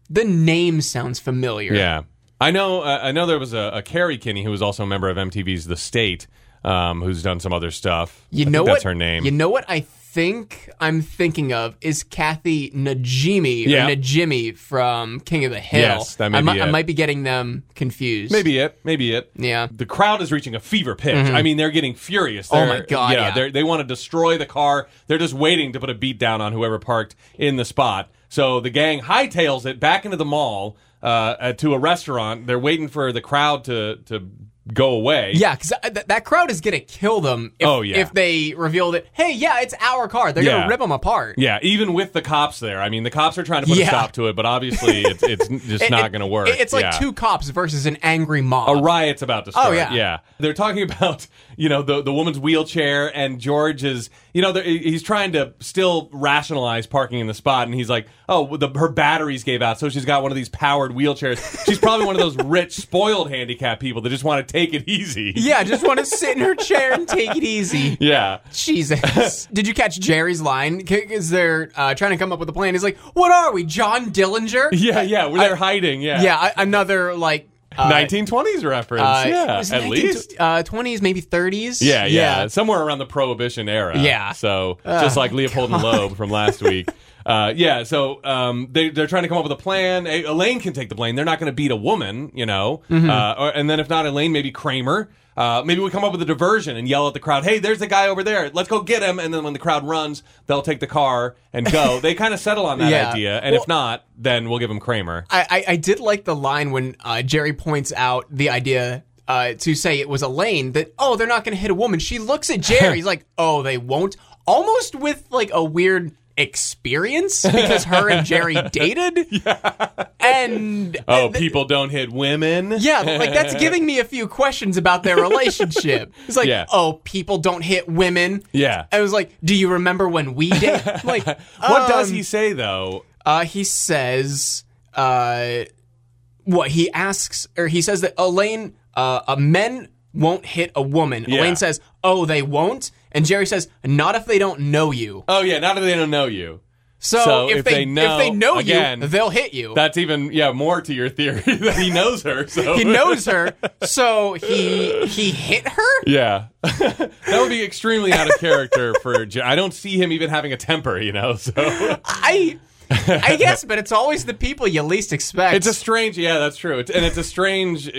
[SPEAKER 2] the name sounds familiar.
[SPEAKER 1] Yeah, I know. Uh, I know there was a, a Carrie Kinney who was also a member of MTV's The State, um, who's done some other stuff.
[SPEAKER 2] You
[SPEAKER 1] I
[SPEAKER 2] know
[SPEAKER 1] think
[SPEAKER 2] what?
[SPEAKER 1] That's her name.
[SPEAKER 2] You know what I think I'm thinking of is Kathy Najimy
[SPEAKER 1] Yeah.
[SPEAKER 2] or Najimy from King of the Hill.
[SPEAKER 1] Yes, that may
[SPEAKER 2] I,
[SPEAKER 1] be
[SPEAKER 2] might- I
[SPEAKER 1] it.
[SPEAKER 2] might be getting them confused.
[SPEAKER 1] Maybe it. Maybe it.
[SPEAKER 2] Yeah. Mm-hmm. Oh
[SPEAKER 1] The crowd is reaching a fever pitch. I mean, they're getting furious. They're,
[SPEAKER 2] my God, yeah.
[SPEAKER 1] they're- they want to destroy the car. They're just waiting to put a beat down on whoever parked in the spot. So the gang hightails it back into the mall uh, uh, to a restaurant. They're waiting for the crowd to to go away.
[SPEAKER 2] Yeah, because th- that crowd is gonna kill them. If,
[SPEAKER 1] Oh, yeah.
[SPEAKER 2] If they reveal that, hey, yeah, it's our car. They're
[SPEAKER 1] Yeah.
[SPEAKER 2] gonna rip them apart.
[SPEAKER 1] Yeah, even with the cops there. I mean, the cops are trying to put
[SPEAKER 2] Yeah.
[SPEAKER 1] a stop to it, but obviously it's, it's n- just
[SPEAKER 2] It-
[SPEAKER 1] not
[SPEAKER 2] it-
[SPEAKER 1] going to work.
[SPEAKER 2] it- It's like
[SPEAKER 1] Yeah.
[SPEAKER 2] two cops versus an angry mob.
[SPEAKER 1] A riot's about to start.
[SPEAKER 2] yeah.
[SPEAKER 1] They're talking about, you know, the, the woman's wheelchair, and George is, you know, they're- he's trying to still rationalize parking in the spot, and he's like, oh, well, the, her batteries gave out, so she's got one of these powered wheelchairs. She's probably one of those rich, spoiled, handicapped people that just want to take it easy.
[SPEAKER 2] Yeah, just want to sit in her chair and take it easy.
[SPEAKER 1] Yeah.
[SPEAKER 2] Jesus. Did you catch Jerry's line? Because they're uh, trying to come up with a plan. He's like, what are we, John Dillinger?
[SPEAKER 1] Yeah, yeah. We're there hiding. Yeah.
[SPEAKER 2] Yeah, I, another like. Uh,
[SPEAKER 1] 1920s reference.
[SPEAKER 2] uh,
[SPEAKER 1] yeah.
[SPEAKER 2] was it
[SPEAKER 1] At
[SPEAKER 2] 19
[SPEAKER 1] least.
[SPEAKER 2] uh, 20s, maybe 30s.
[SPEAKER 1] Yeah, yeah, somewhere around the Prohibition era.
[SPEAKER 2] Yeah. Ah,
[SPEAKER 1] So just like Leopold and Loeb from last week. Uh, yeah, so um, they, they're trying to come up with a plan. A- Elaine can take the blame. They're not going to beat a woman, you know.
[SPEAKER 2] Mm-hmm.
[SPEAKER 1] Uh, or, and then if not Elaine, maybe Kramer. Uh, maybe we come up with a diversion and yell at the crowd, "Hey, there's the guy over there. Let's go get him!" And then when the crowd runs, they'll take the car and go. they kind of settle on that
[SPEAKER 2] Yeah.
[SPEAKER 1] idea. And if not, then we'll give him Kramer.
[SPEAKER 2] I, I, I did like the line when uh, Jerry points out the idea uh, to say it was Elaine that, oh, they're not going to hit a woman. She looks at Jerry. He's like, oh, they won't. Almost with like a weird experience because her and Jerry dated. And
[SPEAKER 1] Oh, people don't hit women.
[SPEAKER 2] yeah, like that's giving me a few questions about their relationship. It's like,
[SPEAKER 1] Yeah.
[SPEAKER 2] oh, people don't hit women.
[SPEAKER 1] Yeah.
[SPEAKER 2] I was like, do you remember when we did? I'm Like,
[SPEAKER 1] What does
[SPEAKER 2] um,
[SPEAKER 1] he say though?
[SPEAKER 2] uh, he says, uh, what he asks, or he says that Elaine, uh, uh, men won't hit a woman. Elaine says, oh, they won't? And Jerry says, not if they don't know you.
[SPEAKER 1] Oh yeah, not that they don't know you.
[SPEAKER 2] So,
[SPEAKER 1] So
[SPEAKER 2] if,
[SPEAKER 1] if
[SPEAKER 2] they,
[SPEAKER 1] they
[SPEAKER 2] if
[SPEAKER 1] know-
[SPEAKER 2] they know
[SPEAKER 1] again,
[SPEAKER 2] you, they'll hit you.
[SPEAKER 1] That's even yeah more to your theory that he knows her. So
[SPEAKER 2] he knows her, so he he hit her.
[SPEAKER 1] Yeah, that would be extremely out of character for. Jer- I don't see him even having a temper, you know. So
[SPEAKER 2] I I guess, but it's always the people you least expect.
[SPEAKER 1] it's a strange. Yeah, that's true. It's, and it's a strange.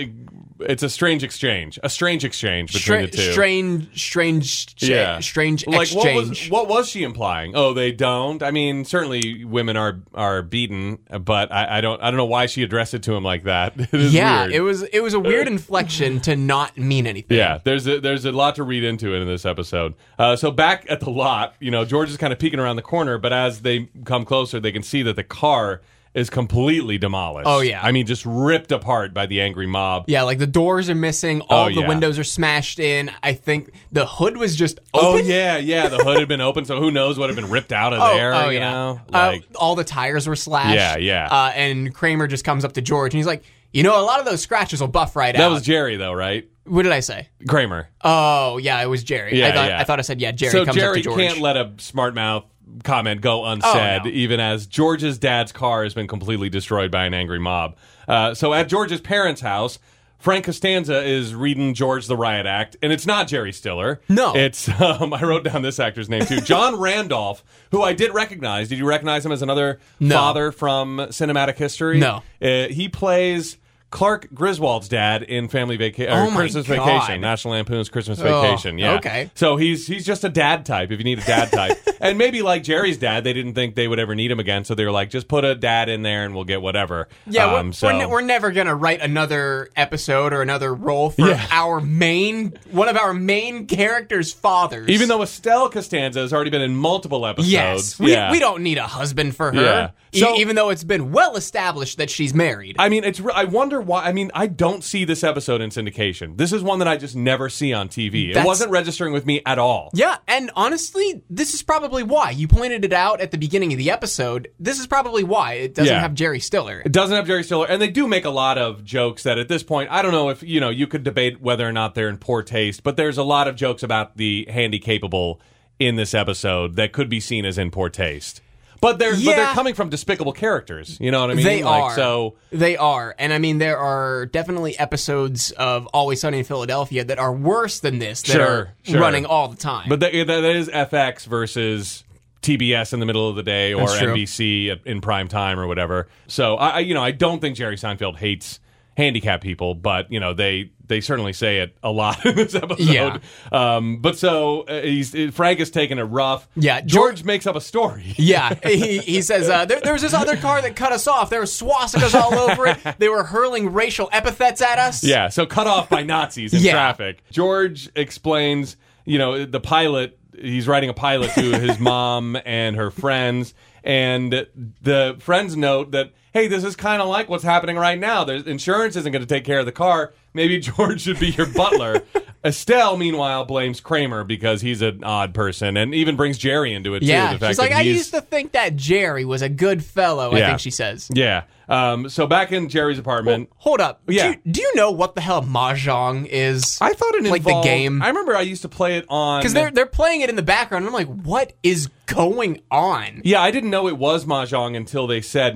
[SPEAKER 1] It's a strange exchange. A strange exchange between
[SPEAKER 2] Stra-
[SPEAKER 1] the two.
[SPEAKER 2] strange, strange, cha-
[SPEAKER 1] yeah,
[SPEAKER 2] strange
[SPEAKER 1] like,
[SPEAKER 2] exchange.
[SPEAKER 1] What was, what was she implying? Oh, they don't. I mean, certainly women are are beaten, but I, I don't. I don't know why she addressed it to him like that. It is
[SPEAKER 2] yeah,
[SPEAKER 1] weird. Uh,
[SPEAKER 2] it was it was a weird inflection to not mean anything.
[SPEAKER 1] Yeah, there's a, there's a lot to read into in this episode. Uh, so back at the lot, you know, George is kind of peeking around the corner, but as they come closer, they can see that the car is completely demolished.
[SPEAKER 2] Oh, yeah.
[SPEAKER 1] I mean, just ripped apart by the angry mob.
[SPEAKER 2] Yeah, like the doors are missing, all
[SPEAKER 1] Oh,
[SPEAKER 2] the
[SPEAKER 1] yeah.
[SPEAKER 2] windows are smashed in. I think the hood was just
[SPEAKER 1] Oh
[SPEAKER 2] open.
[SPEAKER 1] yeah, yeah. The hood had been open, so who knows what had been ripped out of
[SPEAKER 2] Oh,
[SPEAKER 1] there?
[SPEAKER 2] oh,
[SPEAKER 1] you
[SPEAKER 2] yeah.
[SPEAKER 1] know?
[SPEAKER 2] Uh,
[SPEAKER 1] like
[SPEAKER 2] all the tires were slashed.
[SPEAKER 1] Yeah, yeah.
[SPEAKER 2] Uh, and Kramer just comes up to George and he's like, "You know, a lot of those scratches will buff right
[SPEAKER 1] that
[SPEAKER 2] out."
[SPEAKER 1] was Jerry though, right?
[SPEAKER 2] what did I say?
[SPEAKER 1] Kramer.
[SPEAKER 2] Oh yeah, it was Jerry. I
[SPEAKER 1] Yeah,
[SPEAKER 2] thought
[SPEAKER 1] yeah.
[SPEAKER 2] I thought I said yeah. Jerry
[SPEAKER 1] so
[SPEAKER 2] comes
[SPEAKER 1] Jerry
[SPEAKER 2] up to George.
[SPEAKER 1] can't let a smartmouth comment go unsaid,
[SPEAKER 2] Oh, no.
[SPEAKER 1] even as George's dad's car has been completely destroyed by an angry mob. Uh, so at George's parents' house, Frank Costanza is reading George the Riot Act, and it's not Jerry Stiller.
[SPEAKER 2] No.
[SPEAKER 1] it's um, I wrote down this actor's name too, John Randolph, who I did recognize. Did you recognize him as another father from cinematic history?
[SPEAKER 2] No.
[SPEAKER 1] uh, he plays. Clark Griswold's dad in Family Vacation,
[SPEAKER 2] Oh, my
[SPEAKER 1] Christmas
[SPEAKER 2] God.
[SPEAKER 1] Vacation, National Lampoon's Christmas
[SPEAKER 2] Oh,
[SPEAKER 1] Vacation. Yeah,
[SPEAKER 2] okay.
[SPEAKER 1] so he's he's just a dad type. If you need a dad type, and maybe like Jerry's dad, they didn't think they would ever need him again, so they were like, just put a dad in there, and we'll get whatever.
[SPEAKER 2] Yeah, we're,
[SPEAKER 1] Um,
[SPEAKER 2] we're
[SPEAKER 1] so
[SPEAKER 2] ne- we're never gonna write another episode or another role for our main one of our main characters' fathers.
[SPEAKER 1] even though Estelle Costanza has already been in multiple episodes,
[SPEAKER 2] yes, we,
[SPEAKER 1] yeah.
[SPEAKER 2] we don't need a husband for her.
[SPEAKER 1] Yeah.
[SPEAKER 2] E-
[SPEAKER 1] So-
[SPEAKER 2] even though it's been well established that she's married.
[SPEAKER 1] I mean, it's. re- I wonder why. I mean, I don't see this episode in syndication. This is one that I just never see on TV.
[SPEAKER 2] That's-
[SPEAKER 1] it wasn't registering with me at all.
[SPEAKER 2] yeah, and honestly, this is probably why you pointed it out at the beginning of the episode. This is probably why it doesn't
[SPEAKER 1] Yeah.
[SPEAKER 2] have Jerry Stiller.
[SPEAKER 1] It doesn't have Jerry Stiller, and they do make a lot of jokes that at this point, I don't know if you know you could debate whether or not they're in poor taste, but there's a lot of jokes about the handy capable in this episode that could be seen as in poor taste. But they're but
[SPEAKER 2] Yeah.
[SPEAKER 1] they're coming from despicable characters. You know what I mean?
[SPEAKER 2] They
[SPEAKER 1] Like,
[SPEAKER 2] are.
[SPEAKER 1] so.
[SPEAKER 2] They are. And I mean, there are definitely episodes of Always Sunny in Philadelphia that are worse than this that
[SPEAKER 1] Sure,
[SPEAKER 2] are
[SPEAKER 1] sure.
[SPEAKER 2] running all the time.
[SPEAKER 1] But that, that is FX versus TBS in the middle of the day or
[SPEAKER 2] That's true.
[SPEAKER 1] NBC at- in prime time or whatever. So I, I- you know, I don't think Jerry Seinfeld hates handicapped people, but you know, they they certainly say it a lot in this episode.
[SPEAKER 2] Yeah.
[SPEAKER 1] Um, but so uh, he's uh, Frank is taking it rough.
[SPEAKER 2] Yeah,
[SPEAKER 1] George, makes up a story.
[SPEAKER 2] yeah, he, he says uh, there, there was this other car that cut us off. There were swastikas all over it. They were hurling racial epithets at us.
[SPEAKER 1] Yeah, so cut off by Nazis in
[SPEAKER 2] Yeah.
[SPEAKER 1] traffic. George explains, you know, the pilot, he's writing a pilot to his mom and her friends, and the friends note that, hey, this is kind of like what's happening right now. There's insurance isn't going to take care of the car. Maybe George should be your butler. Estelle, meanwhile, blames Kramer because he's an odd person and even brings Jerry into it,
[SPEAKER 2] Yeah,
[SPEAKER 1] too. The fact
[SPEAKER 2] she's like,
[SPEAKER 1] that
[SPEAKER 2] I
[SPEAKER 1] he's-
[SPEAKER 2] used to think that Jerry was a good fellow. I
[SPEAKER 1] Yeah.
[SPEAKER 2] think she says.
[SPEAKER 1] Yeah. Um, so back in Jerry's apartment.
[SPEAKER 2] Hold up. Do
[SPEAKER 1] Yeah.
[SPEAKER 2] you- Do you, know what the hell mahjong is?
[SPEAKER 1] I thought it
[SPEAKER 2] like the
[SPEAKER 1] involved-
[SPEAKER 2] game.
[SPEAKER 1] I remember I used to play it on
[SPEAKER 2] because they're they're playing it in the background. And I'm like, what is going on?
[SPEAKER 1] Yeah, I didn't know it was mahjong until they said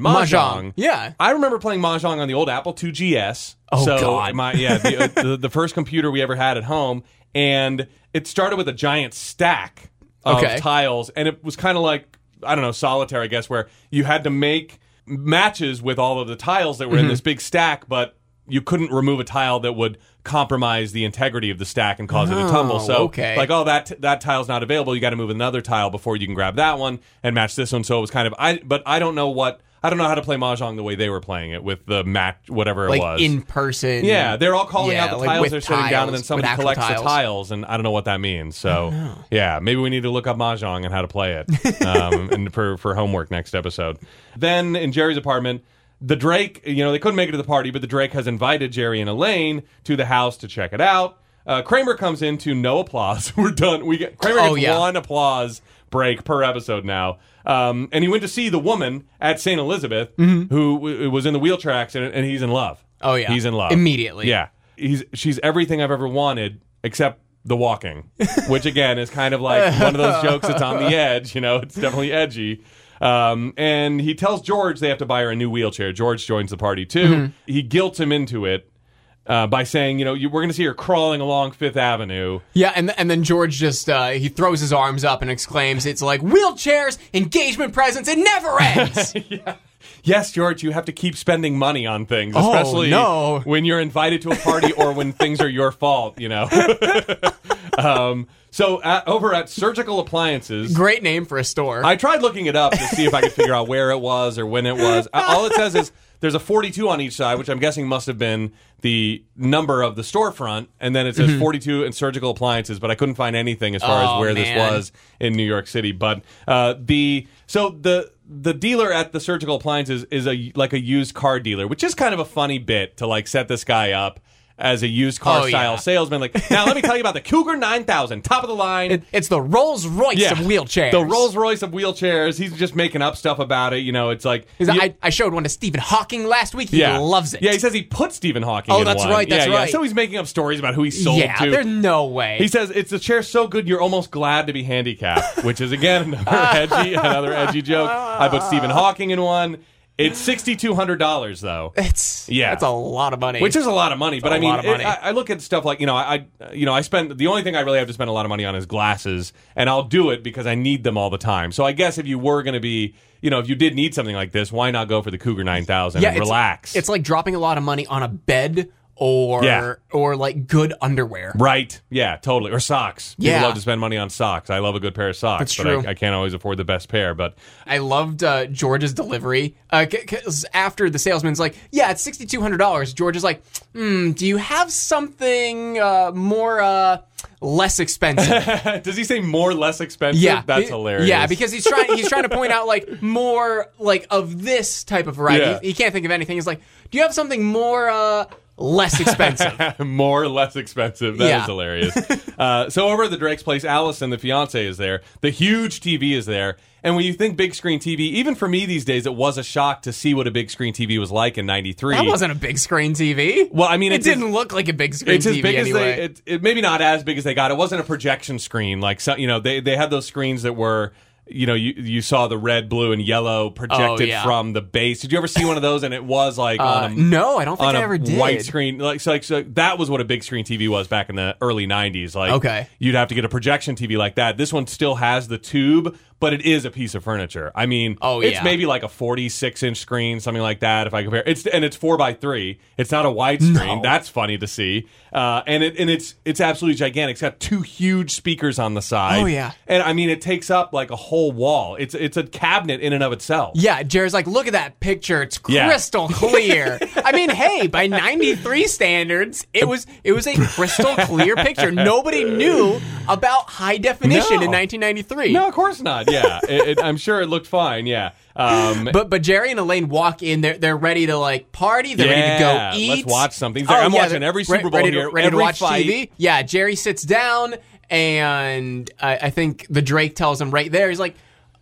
[SPEAKER 2] Mahjong,
[SPEAKER 1] mahjong.
[SPEAKER 2] yeah.
[SPEAKER 1] I remember playing mahjong on the old Apple II GS.
[SPEAKER 2] Oh,
[SPEAKER 1] so
[SPEAKER 2] God.
[SPEAKER 1] My, yeah, the, uh, the, the first computer we ever had at home, and it started with a giant stack of
[SPEAKER 2] Okay.
[SPEAKER 1] tiles, and it was kind of like I don't know solitaire, I guess, where you had to make matches with all of the tiles that were
[SPEAKER 2] Mm-hmm.
[SPEAKER 1] in this big stack, but you couldn't remove a tile that would compromise the integrity of the stack and cause it to tumble. So,
[SPEAKER 2] okay.
[SPEAKER 1] like, oh, that that tile's not available. You got to move another tile before you can grab that one and match this one. So it was kind of I, but I don't know what I don't know how to play mahjong the way they were playing it with the match, whatever it
[SPEAKER 2] Like
[SPEAKER 1] was.
[SPEAKER 2] in person.
[SPEAKER 1] yeah, they're all calling
[SPEAKER 2] Yeah,
[SPEAKER 1] out the
[SPEAKER 2] like
[SPEAKER 1] tiles
[SPEAKER 2] with
[SPEAKER 1] they're sitting down, and
[SPEAKER 2] tiles,
[SPEAKER 1] then
[SPEAKER 2] with
[SPEAKER 1] somebody
[SPEAKER 2] actual
[SPEAKER 1] collects
[SPEAKER 2] tiles.
[SPEAKER 1] the tiles, and I don't know what that means. So, yeah, maybe we need to look up mahjong and how to play it um, and for for homework next episode. Then in Jerry's apartment, the Drake, you know, they couldn't make it to the party, but the Drake has invited Jerry and Elaine to the house to check it out. Uh, Kramer comes in to no applause. We're done. We get Kramer gets
[SPEAKER 2] Oh, yeah.
[SPEAKER 1] one applause break per episode now. Um, and he went to see the woman at St. Elizabeth
[SPEAKER 2] Mm-hmm.
[SPEAKER 1] who w- was in the wheelchair accident, and he's in love.
[SPEAKER 2] Oh, yeah.
[SPEAKER 1] he's in love
[SPEAKER 2] Immediately.
[SPEAKER 1] Yeah, he's she's everything I've ever wanted except the walking, which again is kind of like one of those jokes that's on the edge. You know, it's definitely edgy. Um, and he tells George they have to buy her a new wheelchair. George joins the party too.
[SPEAKER 2] Mm-hmm.
[SPEAKER 1] He guilts him into it uh, by saying, you know, you, we're going to see her crawling along Fifth Avenue.
[SPEAKER 2] Yeah, and and then George just uh, he throws his arms up and exclaims, "It's like wheelchairs, engagement presents, it never ends."
[SPEAKER 1] Yes, George, you have to keep spending money on things,
[SPEAKER 2] Oh,
[SPEAKER 1] especially
[SPEAKER 2] no.
[SPEAKER 1] when you're invited to a party or when things are your fault, you know. um, so at, over at Surgical Appliances,
[SPEAKER 2] Great name for a store.
[SPEAKER 1] I tried looking it up to see if I could figure out where it was or when it was. Uh, All it says is there's a 42 on each side, which I'm guessing must have been the number of the storefront, and then it says 42 and Surgical Appliances, but I couldn't find anything as far
[SPEAKER 2] Mm-hmm. Oh,
[SPEAKER 1] as where this
[SPEAKER 2] man.
[SPEAKER 1] was in New York City. But uh, the so the the dealer at the surgical appliances is a like a used car dealer, which is kind of a funny bit to like set this guy up as a used car
[SPEAKER 2] Oh,
[SPEAKER 1] style
[SPEAKER 2] yeah.
[SPEAKER 1] salesman. Like now, let me tell you about the Cougar Nine Thousand, top of the line.
[SPEAKER 2] It- it's the Rolls Royce
[SPEAKER 1] Yeah.
[SPEAKER 2] of wheelchairs.
[SPEAKER 1] The Rolls Royce of wheelchairs. He's just making up stuff about it. You know, it's like
[SPEAKER 2] Is that-
[SPEAKER 1] Yeah.
[SPEAKER 2] I, I showed one to Stephen Hawking last week. He loves it.
[SPEAKER 1] Yeah, he says he put Stephen Hawking.
[SPEAKER 2] Oh,
[SPEAKER 1] in
[SPEAKER 2] that's
[SPEAKER 1] one.
[SPEAKER 2] right, that's
[SPEAKER 1] Yeah, yeah.
[SPEAKER 2] right.
[SPEAKER 1] So he's making up stories about who he sold
[SPEAKER 2] yeah,
[SPEAKER 1] to.
[SPEAKER 2] there's no way.
[SPEAKER 1] He says it's a chair so good you're almost glad to be handicapped, which is again another edgy, another edgy joke. I put Stephen Hawking in one. It's sixty two hundred dollars though.
[SPEAKER 2] it's
[SPEAKER 1] Yeah.
[SPEAKER 2] that's a lot of money.
[SPEAKER 1] Which is a lot of money, but
[SPEAKER 2] a
[SPEAKER 1] I mean,
[SPEAKER 2] lot of
[SPEAKER 1] it-
[SPEAKER 2] money.
[SPEAKER 1] I, I look at stuff like you know, I, I you know, I spend the only thing I really have to spend a lot of money on is glasses, and I'll do it because I need them all the time. So I guess if you were going to be, you know, if you did need something like this, why not go for the Cougar Nine Thousand
[SPEAKER 2] yeah,
[SPEAKER 1] and
[SPEAKER 2] it's-
[SPEAKER 1] relax?
[SPEAKER 2] It's like dropping a lot of money on a bed or
[SPEAKER 1] Yeah.
[SPEAKER 2] or like good underwear.
[SPEAKER 1] Right. Yeah, totally. Or socks. People
[SPEAKER 2] Yeah.
[SPEAKER 1] love to spend money on socks. I love a good pair of socks,
[SPEAKER 2] That's
[SPEAKER 1] but
[SPEAKER 2] true.
[SPEAKER 1] I, I can't always afford the best pair. But
[SPEAKER 2] I loved uh, George's delivery Uh, because after the salesman's like, "Yeah, it's sixty two hundred dollars." George is like, "Hmm, do you have something uh, more uh, less expensive?"
[SPEAKER 1] does he say more less expensive?
[SPEAKER 2] yeah,
[SPEAKER 1] That's
[SPEAKER 2] He-
[SPEAKER 1] hilarious.
[SPEAKER 2] Yeah, because he's trying he's trying to point out like more like of this type of variety.
[SPEAKER 1] Yeah.
[SPEAKER 2] He, he can't think of anything. He's like, "Do you have something more uh, less expensive?"
[SPEAKER 1] more less expensive. That is
[SPEAKER 2] Yeah.
[SPEAKER 1] hilarious. uh, so over at the Drake's place, Allison, the fiance, is there. The huge TV is there. And when you think big screen TV, even for me these days, it was a shock to see what a big screen TV was like in '93.
[SPEAKER 2] that wasn't a big screen TV.
[SPEAKER 1] Well, I mean,
[SPEAKER 2] it
[SPEAKER 1] it's as-
[SPEAKER 2] didn't look like a big screen
[SPEAKER 1] It's as
[SPEAKER 2] TV
[SPEAKER 1] big
[SPEAKER 2] anyway.
[SPEAKER 1] as they. It, it maybe not as big as they got. It wasn't a projection screen like so, you know they they had those screens that were you know you you saw the red, blue, and yellow projected
[SPEAKER 2] Oh, yeah.
[SPEAKER 1] from the base. Did you ever see one of those? And it was like
[SPEAKER 2] uh,
[SPEAKER 1] on a
[SPEAKER 2] no, I don't think
[SPEAKER 1] um, on
[SPEAKER 2] I
[SPEAKER 1] a
[SPEAKER 2] ever did.
[SPEAKER 1] white screen. Like so, like so, that was what a big screen TV was back in the early '90s. Like,
[SPEAKER 2] Okay.
[SPEAKER 1] you'd have to get a projection TV like that. This one still has the tube, but it is a piece of furniture. I mean,
[SPEAKER 2] Oh,
[SPEAKER 1] it's
[SPEAKER 2] yeah.
[SPEAKER 1] maybe like a 46 inch screen, something like that. If I compare, it's and it's four by three. It's not a wide screen. That's funny to see. Uh, and it and it's it's absolutely gigantic. It's got two huge speakers on the side.
[SPEAKER 2] Oh, yeah.
[SPEAKER 1] and I mean, it takes up like a whole wall. It's it's a cabinet in and of itself.
[SPEAKER 2] Yeah, Jared's like, look at that picture. It's
[SPEAKER 1] Yeah.
[SPEAKER 2] crystal clear. I mean, hey, by '93 standards, it was it was a crystal clear picture. Nobody knew about high definition in
[SPEAKER 1] No.
[SPEAKER 2] 1993.
[SPEAKER 1] No, of course not. Yeah, it, it, I'm sure it looked fine. Yeah. Um,
[SPEAKER 2] But but Jerry and Elaine walk in. They're they're ready to like party. They're
[SPEAKER 1] Yeah,
[SPEAKER 2] ready to go eat. Oh,
[SPEAKER 1] let's watch something. He's like, I'm watching
[SPEAKER 2] they're-
[SPEAKER 1] every Super
[SPEAKER 2] re-
[SPEAKER 1] Bowl
[SPEAKER 2] ready to-
[SPEAKER 1] here,
[SPEAKER 2] ready to
[SPEAKER 1] every
[SPEAKER 2] watch
[SPEAKER 1] fight.
[SPEAKER 2] TV. Yeah, Jerry sits down, and I, I think the Drake tells him right there. He's like.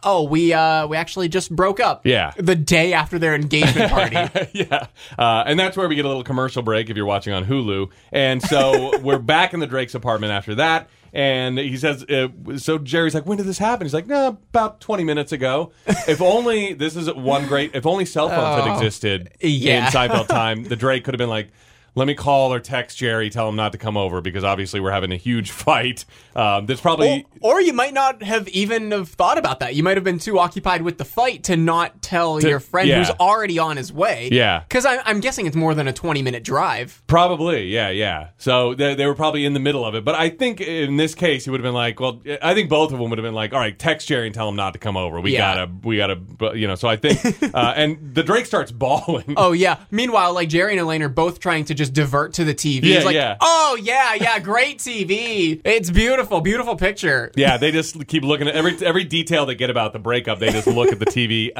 [SPEAKER 2] Oh, we uh, we actually just broke up.
[SPEAKER 1] Yeah.
[SPEAKER 2] the day after their engagement party.
[SPEAKER 1] yeah. Uh, and that's where we get a little commercial break if you're watching on Hulu. And so we're back in the Drake's apartment after that. And he says, uh, so Jerry's like, when did this happen? He's like, no, about 20 minutes ago. If only, this is one great, if only cell phones had existed
[SPEAKER 2] Yeah.
[SPEAKER 1] in Seinfeld time, the Drake could have been like, let me call or text Jerry, tell him not to come over because obviously we're having a huge fight. Um, there's probably,
[SPEAKER 2] or you might not have even have thought about that. You might have been too occupied with the fight to not tell your friend
[SPEAKER 1] yeah.
[SPEAKER 2] who's already on his way.
[SPEAKER 1] Yeah.
[SPEAKER 2] because I'm, I'm guessing it's more than a 20 minute drive.
[SPEAKER 1] Probably, yeah, yeah. So they, they were probably in the middle of it. But I think in this case, he would have been like, well, I think both of them would have been like, all right, text Jerry and tell him not to come over. We
[SPEAKER 2] Yeah.
[SPEAKER 1] gotta, we gotta, but, you know. So I think, uh, and the Drake starts bawling.
[SPEAKER 2] Oh yeah. Meanwhile, like Jerry and Elaine are both trying to just divert to the TV.
[SPEAKER 1] Yeah,
[SPEAKER 2] It's like,
[SPEAKER 1] yeah.
[SPEAKER 2] Oh yeah, yeah, great TV. It's beautiful, beautiful picture.
[SPEAKER 1] Yeah, they just keep looking at every every detail they get about the breakup. They just look at the TV.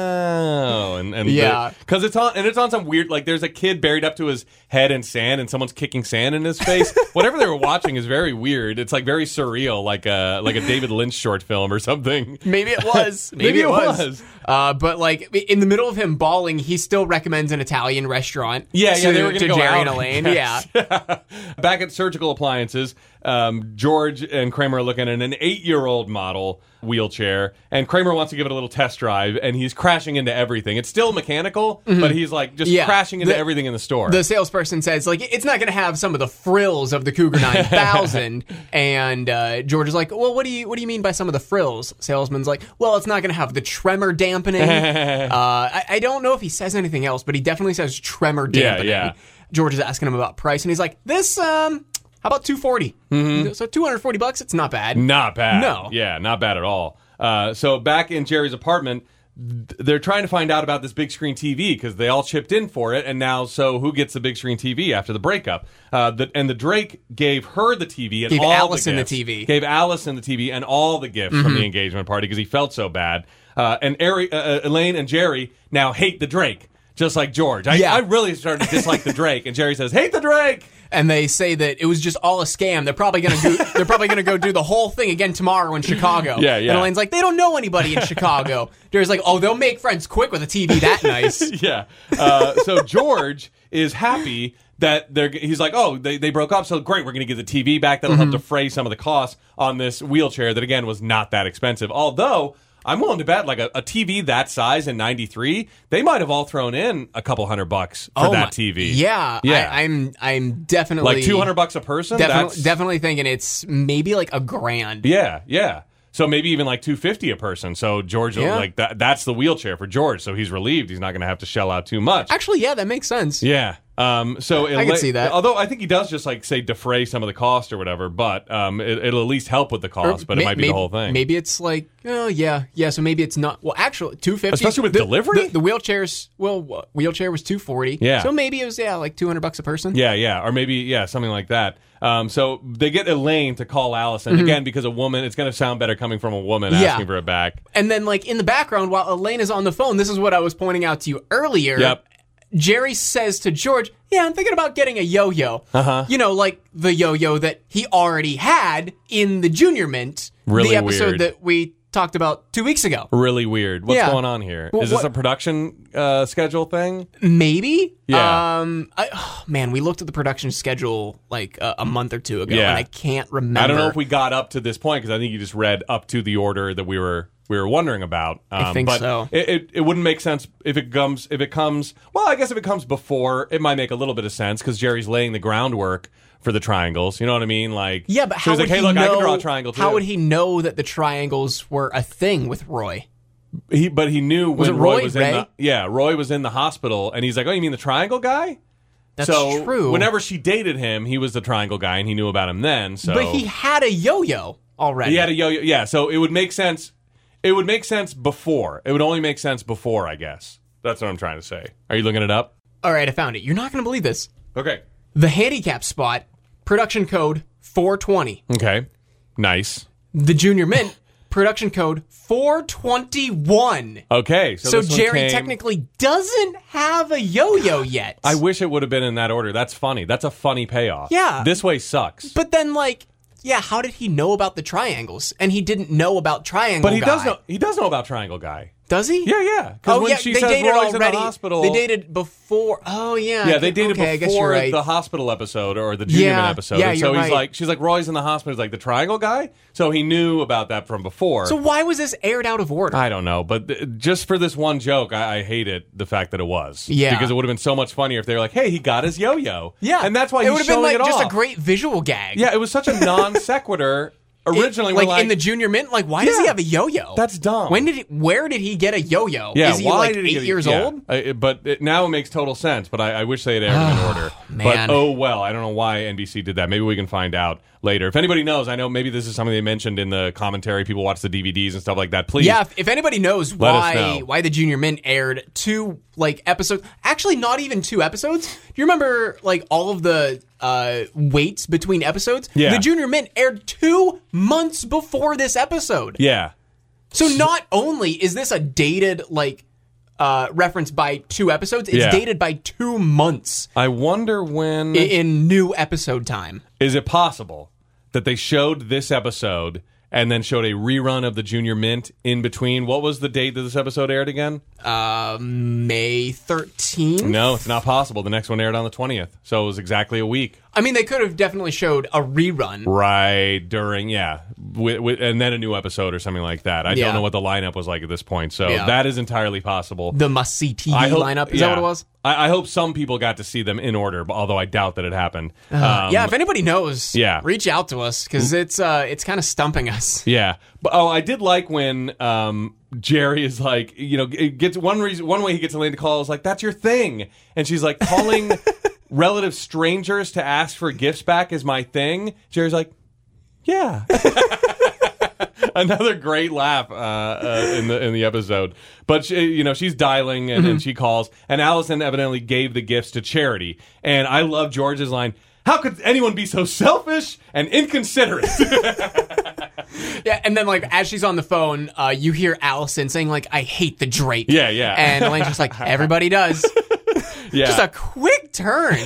[SPEAKER 1] Oh, and, and
[SPEAKER 2] Yeah.
[SPEAKER 1] because it's on and it's on some weird like there's a kid buried up to his head in sand, and someone's kicking sand in his face. Whatever they were watching is very weird. It's like very surreal, like a like a David Lynch short film or something.
[SPEAKER 2] Maybe it was. Maybe,
[SPEAKER 1] Maybe
[SPEAKER 2] it
[SPEAKER 1] it
[SPEAKER 2] was.
[SPEAKER 1] was.
[SPEAKER 2] Uh, but like in the middle of him bawling, he still recommends an Italian restaurant.
[SPEAKER 1] Yeah,
[SPEAKER 2] to,
[SPEAKER 1] yeah, they were going
[SPEAKER 2] to
[SPEAKER 1] go
[SPEAKER 2] Jerry
[SPEAKER 1] out,
[SPEAKER 2] and
[SPEAKER 1] I
[SPEAKER 2] Elaine.
[SPEAKER 1] guess.
[SPEAKER 2] Yeah.
[SPEAKER 1] Back at Surgical Appliances, um, George and Kramer are looking at an eight year old model wheelchair, and Kramer wants to give it a little test drive, and he's crashing into everything. It's still mechanical, but he's like just
[SPEAKER 2] Mm-hmm. Yeah.
[SPEAKER 1] crashing into
[SPEAKER 2] The-
[SPEAKER 1] everything in the store.
[SPEAKER 2] the salesperson says like it's not going to have some of the frills of the Cougar 9000 and uh, George is like well what do you what do you mean by some of the frills salesman's like well it's not going to have the tremor dampening uh, I, I don't know if he says anything else but he definitely says tremor
[SPEAKER 1] Yeah,
[SPEAKER 2] dampening
[SPEAKER 1] yeah.
[SPEAKER 2] George is asking him about price and he's like this um how about 240
[SPEAKER 1] Mm-hmm.
[SPEAKER 2] so 240 bucks it's not bad
[SPEAKER 1] Not bad.
[SPEAKER 2] No.
[SPEAKER 1] Yeah, not bad at all. Uh, so back in Jerry's apartment, th- they're trying to find out about this big screen TV because they all chipped in for it, and now so who gets the big screen TV after the breakup? Uh, the, and the Drake gave her the TV and
[SPEAKER 2] Gave
[SPEAKER 1] all
[SPEAKER 2] Allison
[SPEAKER 1] the
[SPEAKER 2] the Mm-hmm.
[SPEAKER 1] gifts.
[SPEAKER 2] TV.
[SPEAKER 1] Gave Allison the TV and all the gifts from the engagement party because he felt so bad. Uh, and Ari, uh, uh, Elaine and Jerry now hate the Drake. Just like George, I,
[SPEAKER 2] Yeah.
[SPEAKER 1] I really started to dislike the Drake, and Jerry says, "Hate the Drake."
[SPEAKER 2] and they say that it was just all a scam. They're probably gonna go, they're probably gonna go do the whole thing again tomorrow in Chicago.
[SPEAKER 1] Yeah, yeah.
[SPEAKER 2] And Elaine's like, they don't know anybody in Chicago. Jerry's like, oh, they'll make friends quick with a TV that nice.
[SPEAKER 1] yeah. Uh, so George is happy that they're. He's like, oh, they, they broke up, so great. We're going to get the TV back. That'll
[SPEAKER 2] Mm-hmm.
[SPEAKER 1] help defray some of the costs on this wheelchair that again was not that expensive. Although. I'm willing to bet, like a, a TV that size in '93, they might have all thrown in a couple hundred bucks for
[SPEAKER 2] Oh
[SPEAKER 1] that
[SPEAKER 2] my-
[SPEAKER 1] TV.
[SPEAKER 2] Yeah,
[SPEAKER 1] Yeah.
[SPEAKER 2] I, I'm I'm definitely
[SPEAKER 1] like 200 bucks a person.
[SPEAKER 2] Definitely,
[SPEAKER 1] That's-
[SPEAKER 2] definitely thinking it's maybe like a grand.
[SPEAKER 1] Yeah, yeah. So maybe even like 250 a person. So George,
[SPEAKER 2] Yeah.
[SPEAKER 1] like that, that's the wheelchair for George. So he's relieved. He's not going to have to shell out too much.
[SPEAKER 2] Actually, yeah, that makes sense.
[SPEAKER 1] Yeah. Um, so I
[SPEAKER 2] can see that.
[SPEAKER 1] Although I think he does just like say defray some of the cost or whatever, but um, it, it'll at least help with the cost. But it
[SPEAKER 2] May-
[SPEAKER 1] might be
[SPEAKER 2] may-
[SPEAKER 1] the whole thing.
[SPEAKER 2] Maybe it's like, oh yeah, yeah. So maybe it's not. Well, actually, two fifty.
[SPEAKER 1] Especially with delivery?
[SPEAKER 2] The, the wheelchairs. Well, wh- wheelchair was two forty.
[SPEAKER 1] Yeah.
[SPEAKER 2] So maybe it was yeah, like two hundred bucks a person.
[SPEAKER 1] Yeah, yeah, or maybe yeah, something like that. Um, so they get Elaine to call Allison again because a woman. It's going to sound better coming from a woman
[SPEAKER 2] Mm-hmm. Yeah.
[SPEAKER 1] asking for it back.
[SPEAKER 2] And then, like, in the background, while Elaine is on the phone, this is what I was pointing out to you earlier.
[SPEAKER 1] Yep.
[SPEAKER 2] Jerry says to George, Yeah, I'm thinking about getting a yo yo. Uh-huh. You know, like the yo yo that he already had in the Junior Mint,
[SPEAKER 1] Really
[SPEAKER 2] the episode
[SPEAKER 1] weird.
[SPEAKER 2] that we talked about two weeks ago.
[SPEAKER 1] Really weird. What's
[SPEAKER 2] Yeah.
[SPEAKER 1] going on here? Is
[SPEAKER 2] Well,
[SPEAKER 1] this
[SPEAKER 2] what-
[SPEAKER 1] a production uh, schedule thing?
[SPEAKER 2] Maybe?
[SPEAKER 1] Yeah.
[SPEAKER 2] Um, I, oh, man, we looked at the production schedule like a a month or two ago,
[SPEAKER 1] Yeah.
[SPEAKER 2] and I can't remember.
[SPEAKER 1] I don't know if we got up to this point because I think you just read up to the order that we were we were wondering about. Um,
[SPEAKER 2] think
[SPEAKER 1] but
[SPEAKER 2] so.
[SPEAKER 1] It, it, it wouldn't make sense if it comes if it comes. Well, I guess if it comes before, it might make a little bit of sense because Jerry's laying the groundwork for the triangles. You know what I mean? Like
[SPEAKER 2] Yeah, but how
[SPEAKER 1] so he's
[SPEAKER 2] would
[SPEAKER 1] like, hey,
[SPEAKER 2] he
[SPEAKER 1] look,
[SPEAKER 2] know,
[SPEAKER 1] I can draw a triangle too.
[SPEAKER 2] How would he know that the triangles were a thing with Roy?
[SPEAKER 1] He, but he knew when
[SPEAKER 2] it
[SPEAKER 1] Roy,
[SPEAKER 2] Roy
[SPEAKER 1] was in
[SPEAKER 2] Ray?
[SPEAKER 1] the yeah Roy was in the hospital, and he's like, oh, you mean the triangle guy?
[SPEAKER 2] That's
[SPEAKER 1] so
[SPEAKER 2] true.
[SPEAKER 1] Whenever she dated him, he was the triangle guy, and he knew about him then. So
[SPEAKER 2] But he had a yo-yo already.
[SPEAKER 1] He had a yo-yo. Yeah, so it would make sense. It would make sense before. It would only make sense before, I guess. That's what I'm trying to say. Are you looking it up?
[SPEAKER 2] All right, I found it. You're not going to believe this.
[SPEAKER 1] Okay.
[SPEAKER 2] The handicap spot, production code 420.
[SPEAKER 1] Okay. Nice.
[SPEAKER 2] The junior mint, production code 421.
[SPEAKER 1] Okay. So,
[SPEAKER 2] So
[SPEAKER 1] this one
[SPEAKER 2] Jerry
[SPEAKER 1] came-
[SPEAKER 2] technically doesn't have a yo-yo yet.
[SPEAKER 1] I wish it would have been in that order. That's funny. That's a funny payoff.
[SPEAKER 2] Yeah.
[SPEAKER 1] This way sucks.
[SPEAKER 2] but then like, yeah, how did he know about the triangles? And he didn't know about triangle
[SPEAKER 1] But he
[SPEAKER 2] guy.
[SPEAKER 1] does know. He does know about Triangle Guy.
[SPEAKER 2] Does he?
[SPEAKER 1] Yeah, yeah. Because
[SPEAKER 2] Oh
[SPEAKER 1] when
[SPEAKER 2] yeah,
[SPEAKER 1] she
[SPEAKER 2] they
[SPEAKER 1] says
[SPEAKER 2] dated
[SPEAKER 1] Roy's
[SPEAKER 2] already.
[SPEAKER 1] in the hospital,
[SPEAKER 2] They dated before. Oh yeah.
[SPEAKER 1] Yeah, they dated
[SPEAKER 2] okay, I guess
[SPEAKER 1] before
[SPEAKER 2] you're right.
[SPEAKER 1] the hospital episode or the junior
[SPEAKER 2] Yeah,
[SPEAKER 1] Man episode.
[SPEAKER 2] yeah,
[SPEAKER 1] and so
[SPEAKER 2] you're
[SPEAKER 1] he's
[SPEAKER 2] right.
[SPEAKER 1] like, she's like, Roy's in the hospital. He's like the Triangle Guy. So he knew about that from before.
[SPEAKER 2] so why was this aired out of order?
[SPEAKER 1] I don't know, but th- just for this one joke, I, I hate it. The fact that it was,
[SPEAKER 2] Yeah.
[SPEAKER 1] because it would have been so much funnier if they were like, "Hey, he got his yo-yo,"
[SPEAKER 2] Yeah,
[SPEAKER 1] and that's why
[SPEAKER 2] it
[SPEAKER 1] he's
[SPEAKER 2] would have been
[SPEAKER 1] showing
[SPEAKER 2] like
[SPEAKER 1] it
[SPEAKER 2] just
[SPEAKER 1] off.
[SPEAKER 2] a great visual gag.
[SPEAKER 1] yeah, it was such a non sequitur
[SPEAKER 2] It-
[SPEAKER 1] originally.
[SPEAKER 2] like,
[SPEAKER 1] we're like
[SPEAKER 2] in the junior mint, like why does
[SPEAKER 1] Yeah.
[SPEAKER 2] he have a yo-yo?
[SPEAKER 1] That's dumb.
[SPEAKER 2] When did he, where did he get a yo-yo?
[SPEAKER 1] yeah,
[SPEAKER 2] is he
[SPEAKER 1] why
[SPEAKER 2] like
[SPEAKER 1] did
[SPEAKER 2] eight
[SPEAKER 1] he get-
[SPEAKER 2] years
[SPEAKER 1] yeah.
[SPEAKER 2] old?
[SPEAKER 1] I- it- but it, now it makes total sense. But I, I wish they had aired it in order. But
[SPEAKER 2] man.
[SPEAKER 1] oh well, I don't know why NBC did that. Maybe we can find out later. If anybody knows, I know maybe this is something they mentioned in the commentary. People watch the DVDs and stuff like that. Please,
[SPEAKER 2] Yeah, if, if anybody knows
[SPEAKER 1] Let us
[SPEAKER 2] why
[SPEAKER 1] know.
[SPEAKER 2] why the junior mint aired two like episodes, actually not even two episodes. Do you remember like all of the uh waits between episodes?
[SPEAKER 1] Yeah.
[SPEAKER 2] The junior mint aired two months before this episode.
[SPEAKER 1] yeah.
[SPEAKER 2] So not only is this a dated like uh reference by two episodes, it's
[SPEAKER 1] Yeah.
[SPEAKER 2] dated by two months
[SPEAKER 1] I wonder when
[SPEAKER 2] i- in new episode time.
[SPEAKER 1] Is it possible that they showed this episode and then showed a rerun of the Junior Mint in between? What was the date that this episode aired again?
[SPEAKER 2] May 13th?
[SPEAKER 1] No, it's not possible. The next one aired on the 20th. So it was exactly a week.
[SPEAKER 2] I mean, they could have definitely showed a rerun.
[SPEAKER 1] right during yeah wi wi and then a new episode or something like that i
[SPEAKER 2] Yeah.
[SPEAKER 1] don't know what the lineup was like at this point so
[SPEAKER 2] Yeah.
[SPEAKER 1] that is entirely possible
[SPEAKER 2] The must see TV
[SPEAKER 1] I hope-
[SPEAKER 2] lineup. Is
[SPEAKER 1] yeah.
[SPEAKER 2] that what it was?
[SPEAKER 1] I, I hope some people got to see them in order but although i doubt that it happened Um,
[SPEAKER 2] Uh, yeah. If anybody knows,
[SPEAKER 1] yeah. Mm.
[SPEAKER 2] reach out to us because it's uh, it's kind of stumping us.
[SPEAKER 1] Yeah. But oh, I did like when um, Jerry is like, you know, it gets one reason one way he gets Elaine to call is like, "That's your thing," and she's like, "Calling relative strangers to ask for gifts back is my thing." Jerry's like, "Yeah." Another great laugh uh, uh, in the in the episode, but she, you know she's dialing and, and she calls, and Allison evidently gave the gifts to charity, and I love George's line. How could anyone be so selfish and inconsiderate?
[SPEAKER 2] Yeah, and then like as she's on the phone, uh, you hear Allison saying like, "I hate the Drake."
[SPEAKER 1] Yeah, yeah.
[SPEAKER 2] And Elaine's just like, "Everybody does."
[SPEAKER 1] yeah. Uh,
[SPEAKER 2] Just a quick turn.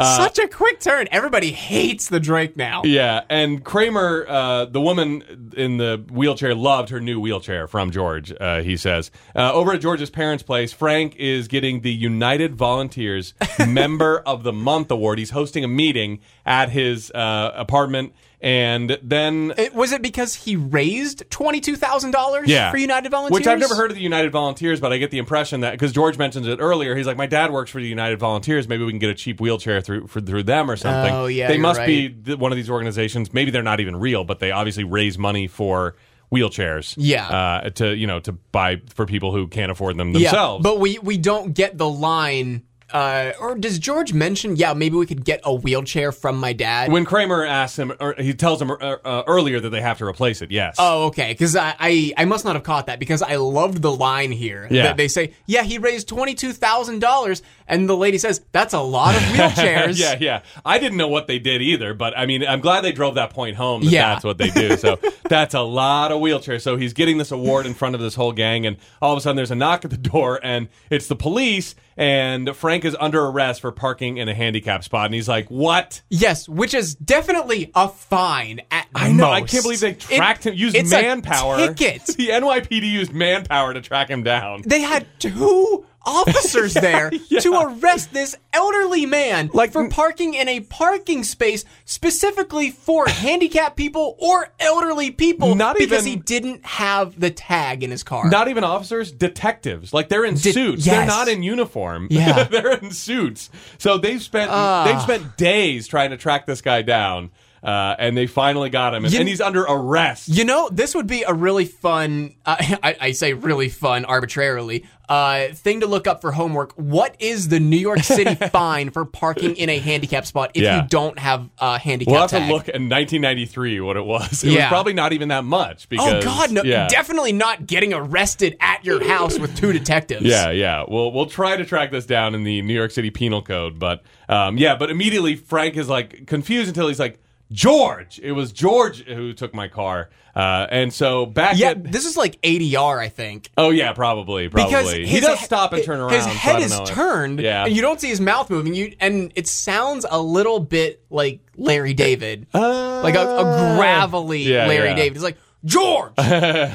[SPEAKER 2] Such a quick turn. Everybody hates the Drake now.
[SPEAKER 1] Yeah, and Kramer, uh, the woman in the wheelchair, loved her new wheelchair from George. Uh, he says uh, over at George's parents' place, Frank is getting the United Volunteers Member of the Month award. He's hosting a meeting at his uh, apartment, and then
[SPEAKER 2] It, was it because he raised twenty two thousand dollars
[SPEAKER 1] yeah.
[SPEAKER 2] for United Volunteers?
[SPEAKER 1] Which I've never heard of the United Volunteers, but I get the impression that because George mentions it earlier, he's like, my dad works for the United Volunteers. Maybe we can get a cheap wheelchair through for, through them or something.
[SPEAKER 2] Oh, yeah,
[SPEAKER 1] they
[SPEAKER 2] you're
[SPEAKER 1] must be th- one of these organizations. Maybe they're not even real, but they obviously raise money for wheelchairs.
[SPEAKER 2] Yeah.
[SPEAKER 1] uh, to you know to buy for people who can't afford them
[SPEAKER 2] Yeah,
[SPEAKER 1] themselves.
[SPEAKER 2] but we we don't get the line. Uh, or does George mention? Yeah, maybe we could get a wheelchair from my dad.
[SPEAKER 1] when Kramer asks him, or he tells him uh, uh, earlier that they have to replace it. Yes.
[SPEAKER 2] Oh, okay. Because I, I, I must not have caught that because I loved the line here
[SPEAKER 1] Yeah.
[SPEAKER 2] that they say, "Yeah, he raised twenty two thousand dollars," and the lady says, "That's a lot of wheelchairs."
[SPEAKER 1] yeah, yeah. I didn't know what they did either, but I mean, I'm glad they drove that point home that
[SPEAKER 2] Yeah.
[SPEAKER 1] that's what they do. So that's a lot of wheelchairs. So he's getting this award in front of this whole gang, and all of a sudden there's a knock at the door, and it's the police, and Frank is under arrest for parking in a handicap spot, and he's like, "What?"
[SPEAKER 2] Yes, which is definitely a fine. At
[SPEAKER 1] I know. I
[SPEAKER 2] most.
[SPEAKER 1] can't believe they
[SPEAKER 2] It-
[SPEAKER 1] tracked him. Used
[SPEAKER 2] it's a
[SPEAKER 1] manpower.
[SPEAKER 2] ticket.
[SPEAKER 1] The NYPD used manpower to track him down.
[SPEAKER 2] They had two officers there to arrest this elderly man like for parking in a parking space specifically for handicapped people or elderly people
[SPEAKER 1] Not
[SPEAKER 2] because
[SPEAKER 1] even-
[SPEAKER 2] he didn't have the tag in his car.
[SPEAKER 1] Not even officers, detectives. Like they're in suits. They're
[SPEAKER 2] yes.
[SPEAKER 1] not in uniform.
[SPEAKER 2] Yeah. Ah.
[SPEAKER 1] they're in suits. So they've spent they've spent days trying to track this guy down, uh, and they finally got him, and,
[SPEAKER 2] You-
[SPEAKER 1] and he's under arrest.
[SPEAKER 2] You know, this would be a really fun, uh, I, I say really fun arbitrarily, uh, thing to look up for homework. What is the New York City fine for parking in a handicap spot if
[SPEAKER 1] Yeah.
[SPEAKER 2] you don't have a handicap
[SPEAKER 1] We'll have
[SPEAKER 2] tag?
[SPEAKER 1] to look in 1993 what it was. It was
[SPEAKER 2] Yeah.
[SPEAKER 1] probably not even that much
[SPEAKER 2] Oh
[SPEAKER 1] because
[SPEAKER 2] God, no!
[SPEAKER 1] yeah.
[SPEAKER 2] Definitely not getting arrested at your house with two detectives.
[SPEAKER 1] Yeah, yeah. We'll we'll try to track this down in the New York City Penal Code, but um, yeah. But immediately Frank is like confused until he's like George. It was George who took my car, uh, and so back
[SPEAKER 2] yeah.
[SPEAKER 1] at
[SPEAKER 2] This is like ADR, I think.
[SPEAKER 1] Oh yeah, probably, probably.
[SPEAKER 2] Because
[SPEAKER 1] he
[SPEAKER 2] his
[SPEAKER 1] does
[SPEAKER 2] he-
[SPEAKER 1] stop and turn around.
[SPEAKER 2] His
[SPEAKER 1] so I
[SPEAKER 2] head
[SPEAKER 1] don't
[SPEAKER 2] is
[SPEAKER 1] know if-
[SPEAKER 2] turned,
[SPEAKER 1] Yeah.
[SPEAKER 2] and you don't see his mouth moving. You and it sounds a little bit like Larry David, like a, a gravelly
[SPEAKER 1] Ah. Yeah,
[SPEAKER 2] Larry
[SPEAKER 1] yeah.
[SPEAKER 2] David. It's like George,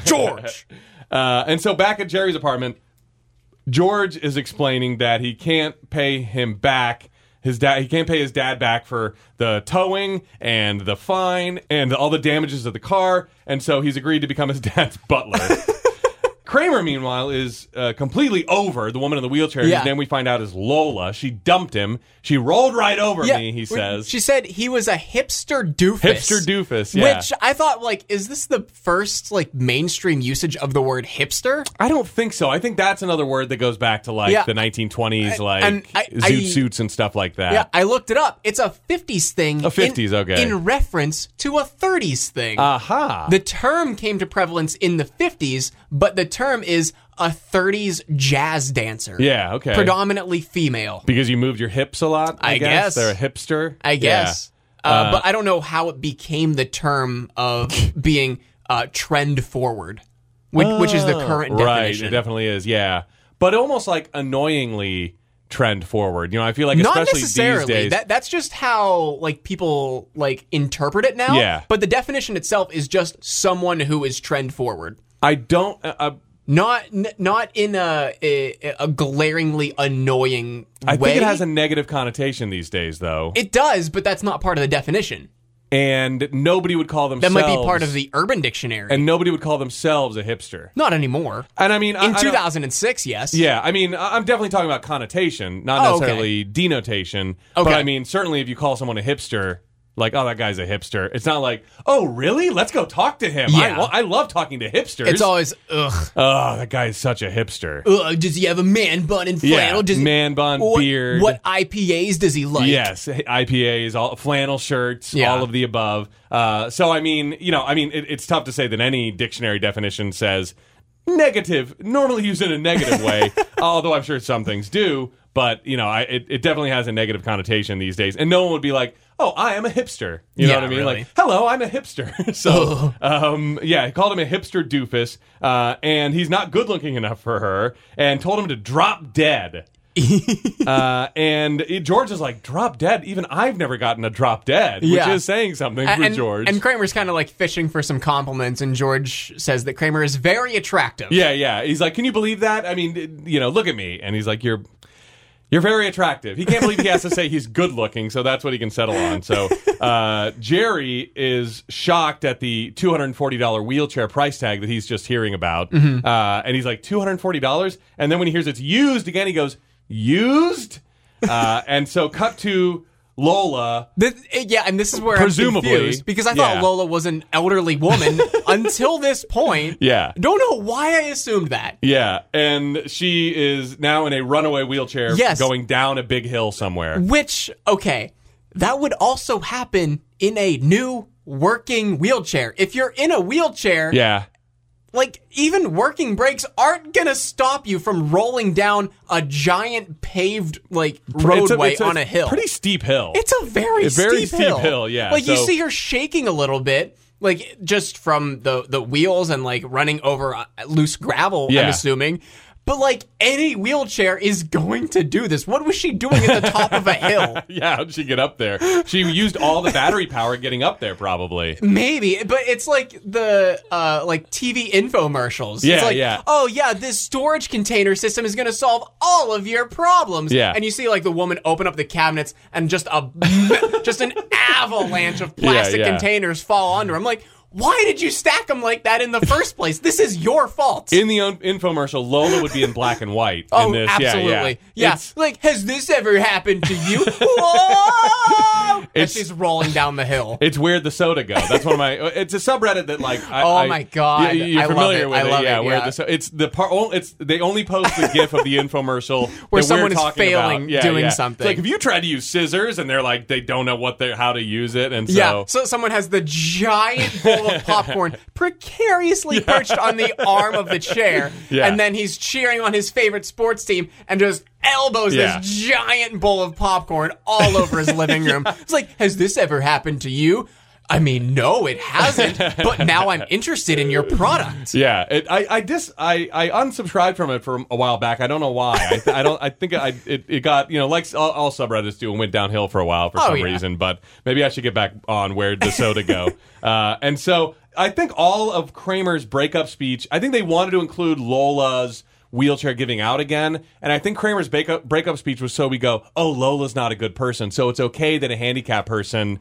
[SPEAKER 2] George.
[SPEAKER 1] Uh, and so back at Jerry's apartment, George is explaining that he can't pay him back. His dad, he can't pay his dad back for the towing and the fine and all the damages of the car, and so he's agreed to become his dad's butler. Kramer, meanwhile, is uh, completely over the woman in the wheelchair.
[SPEAKER 2] Yeah.
[SPEAKER 1] Whose name we find out is Lola. She dumped him. She rolled right over me. He says,
[SPEAKER 2] She said he was a hipster doofus.
[SPEAKER 1] "Hipster doofus." Yeah.
[SPEAKER 2] Which I thought, like, is this the first like mainstream usage of the word hipster?
[SPEAKER 1] I don't think so. I think that's another word that goes back to like
[SPEAKER 2] Yeah.
[SPEAKER 1] the 1920s, like
[SPEAKER 2] and I-
[SPEAKER 1] zoot
[SPEAKER 2] I-
[SPEAKER 1] suits and stuff like that.
[SPEAKER 2] Yeah, I looked it up. It's a 50s thing.
[SPEAKER 1] A 50s,
[SPEAKER 2] in,
[SPEAKER 1] okay. Ah.
[SPEAKER 2] In reference to a 30s thing.
[SPEAKER 1] Aha.
[SPEAKER 2] the term came to prevalence in the 50s, but the term is a 30s jazz dancer.
[SPEAKER 1] yeah. Okay.
[SPEAKER 2] Predominantly female,
[SPEAKER 1] because you moved your hips a lot. I,
[SPEAKER 2] I guess.
[SPEAKER 1] they're a hipster.
[SPEAKER 2] I
[SPEAKER 1] Yeah.
[SPEAKER 2] guess. Uh, but I don't know how it became the term of being uh, trend forward, which, which is the current
[SPEAKER 1] Right. It
[SPEAKER 2] definition.
[SPEAKER 1] definitely is. Yeah. But almost like annoyingly trend forward. You know, I feel like
[SPEAKER 2] Not
[SPEAKER 1] especially
[SPEAKER 2] necessarily.
[SPEAKER 1] these days.
[SPEAKER 2] That that's just how like people like interpret it now.
[SPEAKER 1] Yeah.
[SPEAKER 2] But the definition itself is just someone who is trend forward.
[SPEAKER 1] I don't. Uh, uh,
[SPEAKER 2] Not n- not in a, a a glaringly annoying
[SPEAKER 1] I
[SPEAKER 2] way.
[SPEAKER 1] think it has a negative connotation these days, though.
[SPEAKER 2] It does, but that's not part of the definition.
[SPEAKER 1] and nobody would call
[SPEAKER 2] That
[SPEAKER 1] themselves
[SPEAKER 2] might be part of the Urban Dictionary.
[SPEAKER 1] and nobody would call themselves a hipster.
[SPEAKER 2] not anymore.
[SPEAKER 1] And I mean, I- I,
[SPEAKER 2] In
[SPEAKER 1] don't-
[SPEAKER 2] 2006, yes.
[SPEAKER 1] Yeah, I mean, I- I'm definitely talking about connotation, not
[SPEAKER 2] Oh, okay.
[SPEAKER 1] necessarily denotation. But
[SPEAKER 2] Okay.
[SPEAKER 1] I mean, certainly if you call someone a hipster, like, oh, that guy's a hipster, it's not like, oh, really? Let's go talk to him. I,
[SPEAKER 2] Yeah.
[SPEAKER 1] lo- I love talking to hipsters.
[SPEAKER 2] It's always ugh.
[SPEAKER 1] oh, that guy is such a hipster.
[SPEAKER 2] Ugh, does he have a man bun and
[SPEAKER 1] Yeah,
[SPEAKER 2] flannel? Does he-
[SPEAKER 1] man bun,
[SPEAKER 2] what,
[SPEAKER 1] beard.
[SPEAKER 2] What IPAs does he like?
[SPEAKER 1] Yes, IPAs, all flannel shirts,
[SPEAKER 2] Yeah.
[SPEAKER 1] all of the above. Uh, so I mean, you know, I mean, it, it's tough to say that any dictionary definition says negative. Normally used in a negative way, although I'm sure some things do. But you know, I, it, it definitely has a negative connotation these days, and no one would be like, "Oh, I am a hipster." You know
[SPEAKER 2] Yeah,
[SPEAKER 1] what I mean?
[SPEAKER 2] really.
[SPEAKER 1] Like, hello, I'm a hipster. so, um, yeah, he called him a hipster doofus, uh, and he's not good looking enough for her, and told him to drop dead. uh, and it- George is like, drop dead. Even I've never gotten a drop dead, which
[SPEAKER 2] Yeah.
[SPEAKER 1] is saying something
[SPEAKER 2] A-
[SPEAKER 1] for
[SPEAKER 2] Uh, And,
[SPEAKER 1] George.
[SPEAKER 2] and Kramer's kind of like fishing for some compliments, and George says that Kramer is very attractive.
[SPEAKER 1] yeah, yeah. He's like, can you believe that? I mean, it- you know, look at me. And he's like, you're. You're very attractive. He can't believe he has to say he's good looking, so that's what he can settle on. So uh, Jerry is shocked at the two hundred and forty dollar wheelchair price tag that he's just hearing about,
[SPEAKER 2] Mm-hmm.
[SPEAKER 1] uh, and he's like two hundred and forty dollars. And then when he hears it's used again, he goes used. Uh, and so cut to Lola
[SPEAKER 2] Th- eh, yeah, and this is where
[SPEAKER 1] Presumably,
[SPEAKER 2] I'm confused because I thought
[SPEAKER 1] yeah.
[SPEAKER 2] Lola was an elderly woman until this point.
[SPEAKER 1] Yeah.
[SPEAKER 2] don't know why I assumed that.
[SPEAKER 1] Yeah, and she is now in a runaway wheelchair
[SPEAKER 2] Yes.
[SPEAKER 1] going down a big hill somewhere.
[SPEAKER 2] Which okay, that would also happen in a new working wheelchair. If you're in a wheelchair,
[SPEAKER 1] Yeah.
[SPEAKER 2] like even working brakes aren't gonna stop you from rolling down a giant paved like roadway
[SPEAKER 1] it's
[SPEAKER 2] on a hill.
[SPEAKER 1] Pretty steep hill.
[SPEAKER 2] It's a very,
[SPEAKER 1] It's very steep
[SPEAKER 2] hill.
[SPEAKER 1] hill, yeah,
[SPEAKER 2] Like you
[SPEAKER 1] so-
[SPEAKER 2] see her shaking a little bit, like just from the the wheels and like running over uh, loose gravel. I'm
[SPEAKER 1] Yeah.
[SPEAKER 2] assuming. But like any wheelchair is going to do this. What was she doing at the top of a hill?
[SPEAKER 1] yeah, how'd she get up there? She used all the battery power getting up there, probably.
[SPEAKER 2] Maybe, but it's like the uh, like TV infomercials.
[SPEAKER 1] Yeah,
[SPEAKER 2] it's like,
[SPEAKER 1] yeah.
[SPEAKER 2] Oh yeah, this storage container system is going to solve all of your problems.
[SPEAKER 1] Yeah.
[SPEAKER 2] and you see like the woman open up the cabinets and just a just an avalanche of plastic
[SPEAKER 1] yeah.
[SPEAKER 2] containers fall onto her. I'm like, why did you stack them like that in the first place? This is your fault.
[SPEAKER 1] In the un- infomercial, Lola would be in black and white.
[SPEAKER 2] Oh,
[SPEAKER 1] in this.
[SPEAKER 2] absolutely.
[SPEAKER 1] Yeah,
[SPEAKER 2] Yeah,
[SPEAKER 1] yeah. It's-
[SPEAKER 2] like, has this ever happened to you? Whoa! And
[SPEAKER 1] It's-
[SPEAKER 2] she's rolling down the hill.
[SPEAKER 1] It's where'd the soda go? That's one of my. It's a subreddit that like. I,
[SPEAKER 2] Oh
[SPEAKER 1] I-
[SPEAKER 2] my God.
[SPEAKER 1] you- You're
[SPEAKER 2] I love
[SPEAKER 1] familiar
[SPEAKER 2] it.
[SPEAKER 1] with
[SPEAKER 2] I love
[SPEAKER 1] it, yeah.
[SPEAKER 2] it,
[SPEAKER 1] Where
[SPEAKER 2] yeah.
[SPEAKER 1] the so- it's the part. oh, It's they only post the GIF of the infomercial
[SPEAKER 2] Where
[SPEAKER 1] that
[SPEAKER 2] someone
[SPEAKER 1] we're
[SPEAKER 2] is
[SPEAKER 1] talking
[SPEAKER 2] failing
[SPEAKER 1] about. Yeah,
[SPEAKER 2] doing
[SPEAKER 1] yeah.
[SPEAKER 2] something.
[SPEAKER 1] It's like if you try to use scissors and they're like they don't know what they are how to use it and so
[SPEAKER 2] Yeah, so someone has the giant bowl of popcorn precariously perched on the arm of the chair,
[SPEAKER 1] Yeah.
[SPEAKER 2] and then he's cheering on his favorite sports team and just elbows
[SPEAKER 1] Yeah.
[SPEAKER 2] this giant bowl of popcorn all over his living room. It's like, has this ever happened to you? I mean, no, it hasn't, but now I'm interested in your product.
[SPEAKER 1] Yeah, it, I I dis I, I unsubscribed from it for a while back. I don't know why. I, th- I don't. I think I it, it got you know like all, all subreddits do and went downhill for a while for
[SPEAKER 2] Oh,
[SPEAKER 1] some
[SPEAKER 2] yeah.
[SPEAKER 1] reason. But maybe I should get back on where the soda go. uh, and so I think all of Kramer's breakup speech. I think they wanted to include Lola's wheelchair giving out again and i think kramer's breakup, breakup speech was so we go oh lola's not a good person so it's okay that a handicapped person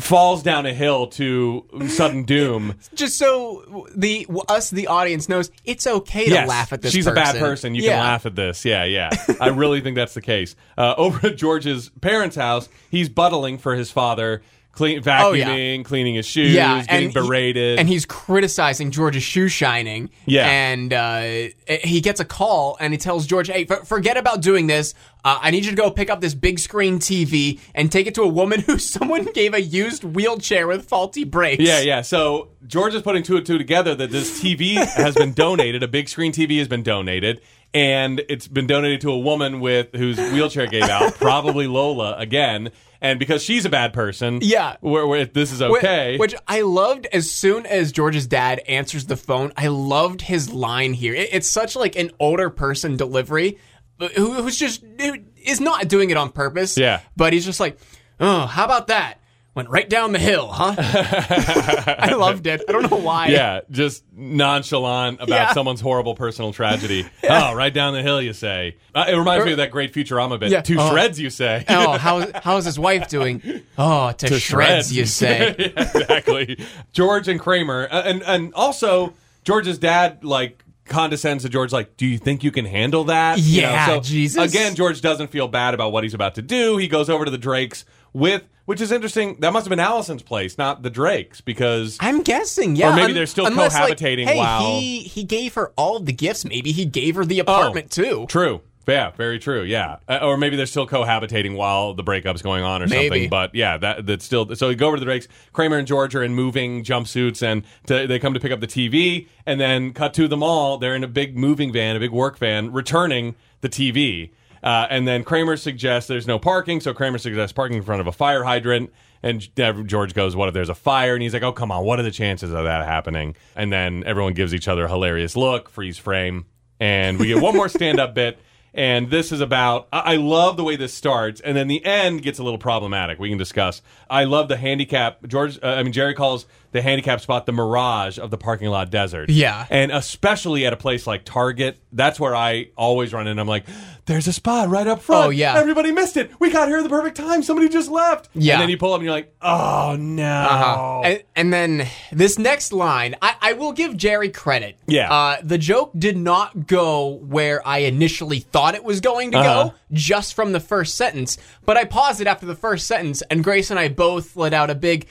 [SPEAKER 1] falls down a hill to sudden doom
[SPEAKER 2] Just so the us, the audience, knows it's okay to
[SPEAKER 1] Yes.
[SPEAKER 2] laugh at this.
[SPEAKER 1] She's a bad person. You
[SPEAKER 2] Yeah.
[SPEAKER 1] can laugh at this. Yeah, yeah. I really think that's the case. Uh, over at George's parents' house, he's buttling for his father, clean, vacuuming,
[SPEAKER 2] Oh, yeah.
[SPEAKER 1] cleaning his shoes, getting
[SPEAKER 2] he-
[SPEAKER 1] berated.
[SPEAKER 2] and he's criticizing George's shoe shining.
[SPEAKER 1] Yeah.
[SPEAKER 2] and uh, he gets a call, and he tells George, "Hey, for forget about doing this. Uh, I need you to go pick up this big screen TV and take it to a woman who someone gave a used wheelchair with faulty brakes."
[SPEAKER 1] yeah, yeah. So George is putting two and two together that this TV has been donated. A big screen TV has been donated, and it's been donated to a woman with whose wheelchair gave out, probably Lola again. And because she's a bad person,
[SPEAKER 2] Yeah.
[SPEAKER 1] where, where this is
[SPEAKER 2] Wh-
[SPEAKER 1] okay.
[SPEAKER 2] Which I loved as soon as George's dad answers the phone. I loved his line here. It- it's such like an older person delivery but who, who's just who is not doing it on purpose.
[SPEAKER 1] Yeah.
[SPEAKER 2] But he's just like, oh, how about that? Went right down the hill, huh? I loved it. I don't know why.
[SPEAKER 1] Yeah, just nonchalant about
[SPEAKER 2] Yeah.
[SPEAKER 1] someone's horrible personal tragedy. Oh, right down the hill, you say. Uh, it reminds me of that great Futurama bit.
[SPEAKER 2] Er, Yeah.
[SPEAKER 1] Two
[SPEAKER 2] Oh.
[SPEAKER 1] shreds, you say.
[SPEAKER 2] Oh, how how's his wife doing? Oh, to, shreds, you say.
[SPEAKER 1] Yeah, exactly. George and Kramer, uh, and and also George's dad, like. Condescends to George, like, do you think you can handle that? You know,
[SPEAKER 2] Yeah, Jesus.
[SPEAKER 1] Again, George doesn't feel bad about what he's about to do. He goes over to the Drakes with, which is interesting. That must have been Allison's place, not the Drakes, because
[SPEAKER 2] I'm guessing, yeah.
[SPEAKER 1] Or maybe they're still
[SPEAKER 2] unless, like,
[SPEAKER 1] cohabitating
[SPEAKER 2] hey,
[SPEAKER 1] while-
[SPEAKER 2] he he gave her all of the gifts. Maybe he gave her the apartment
[SPEAKER 1] Oh.
[SPEAKER 2] too.
[SPEAKER 1] True. Yeah, very true. Yeah, uh, or maybe they're still cohabitating while the breakup's going on, or
[SPEAKER 2] Maybe.
[SPEAKER 1] something. But yeah, that that's still. So you go over to the Drakes. Kramer and George are in moving jumpsuits, and to, they come to pick up the TV. And then cut to them all. They're in a big moving van, a big work van, returning the TV. Uh, and then Kramer suggests there's no parking, so Kramer suggests parking in front of a fire hydrant. And uh, George goes, "What if there's a fire?" And he's like, "Oh, come on, what are the chances of that happening?" And then everyone gives each other a hilarious look, freeze frame, and we get one more stand-up bit and this is about i I love the way this starts and then the end gets a little problematic we can discuss i love the handicap george uh, i mean jerry calls the handicap spot the mirage of the parking lot desert
[SPEAKER 2] Yeah.
[SPEAKER 1] and especially at a place like target that's where i always run in i'm like there's a spot right up front
[SPEAKER 2] Oh, yeah.
[SPEAKER 1] everybody missed it we got here at the perfect time somebody just left
[SPEAKER 2] Yeah.
[SPEAKER 1] and then you pull up and you're like oh no
[SPEAKER 2] Uh, and, and then this next line, I, I will give Jerry credit.
[SPEAKER 1] Yeah.
[SPEAKER 2] Uh, the joke did not go where I initially thought it was going to
[SPEAKER 1] Uh-huh.
[SPEAKER 2] go, just from the first sentence. But I paused it after the first sentence, and Grace and I both let out a big,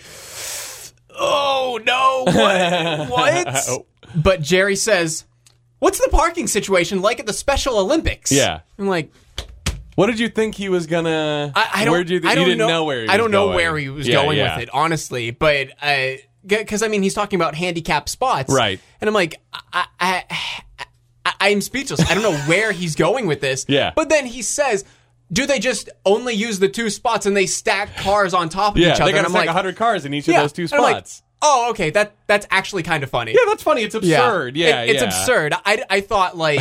[SPEAKER 2] oh no, what?
[SPEAKER 1] Oh.
[SPEAKER 2] what? But Jerry says, What's the parking situation like at the Special Olympics?
[SPEAKER 1] Yeah.
[SPEAKER 2] I'm like,
[SPEAKER 1] what did you think he was gonna
[SPEAKER 2] I, I don't.
[SPEAKER 1] where did you, thi-
[SPEAKER 2] I
[SPEAKER 1] you
[SPEAKER 2] don't
[SPEAKER 1] didn't
[SPEAKER 2] know,
[SPEAKER 1] know, where he was
[SPEAKER 2] I don't know
[SPEAKER 1] going.
[SPEAKER 2] where he was
[SPEAKER 1] Yeah,
[SPEAKER 2] going
[SPEAKER 1] yeah.
[SPEAKER 2] with it, honestly. But because I mean, he's talking about handicap spots,
[SPEAKER 1] Right.
[SPEAKER 2] And I'm like, I, I, I- I, I'm speechless. I don't know where he's going with this.
[SPEAKER 1] Yeah.
[SPEAKER 2] But then he says. Do they just only use the two spots and they stack cars on top of
[SPEAKER 1] yeah
[SPEAKER 2] each other?
[SPEAKER 1] they got
[SPEAKER 2] and I'm
[SPEAKER 1] like
[SPEAKER 2] like,
[SPEAKER 1] 100 cars in each
[SPEAKER 2] yeah.
[SPEAKER 1] of those two
[SPEAKER 2] And I'm like,
[SPEAKER 1] spots
[SPEAKER 2] oh, okay. That that's actually kind of funny.
[SPEAKER 1] Yeah, that's funny. It's absurd. Yeah,
[SPEAKER 2] It- it's
[SPEAKER 1] yeah.
[SPEAKER 2] absurd. I, I thought like,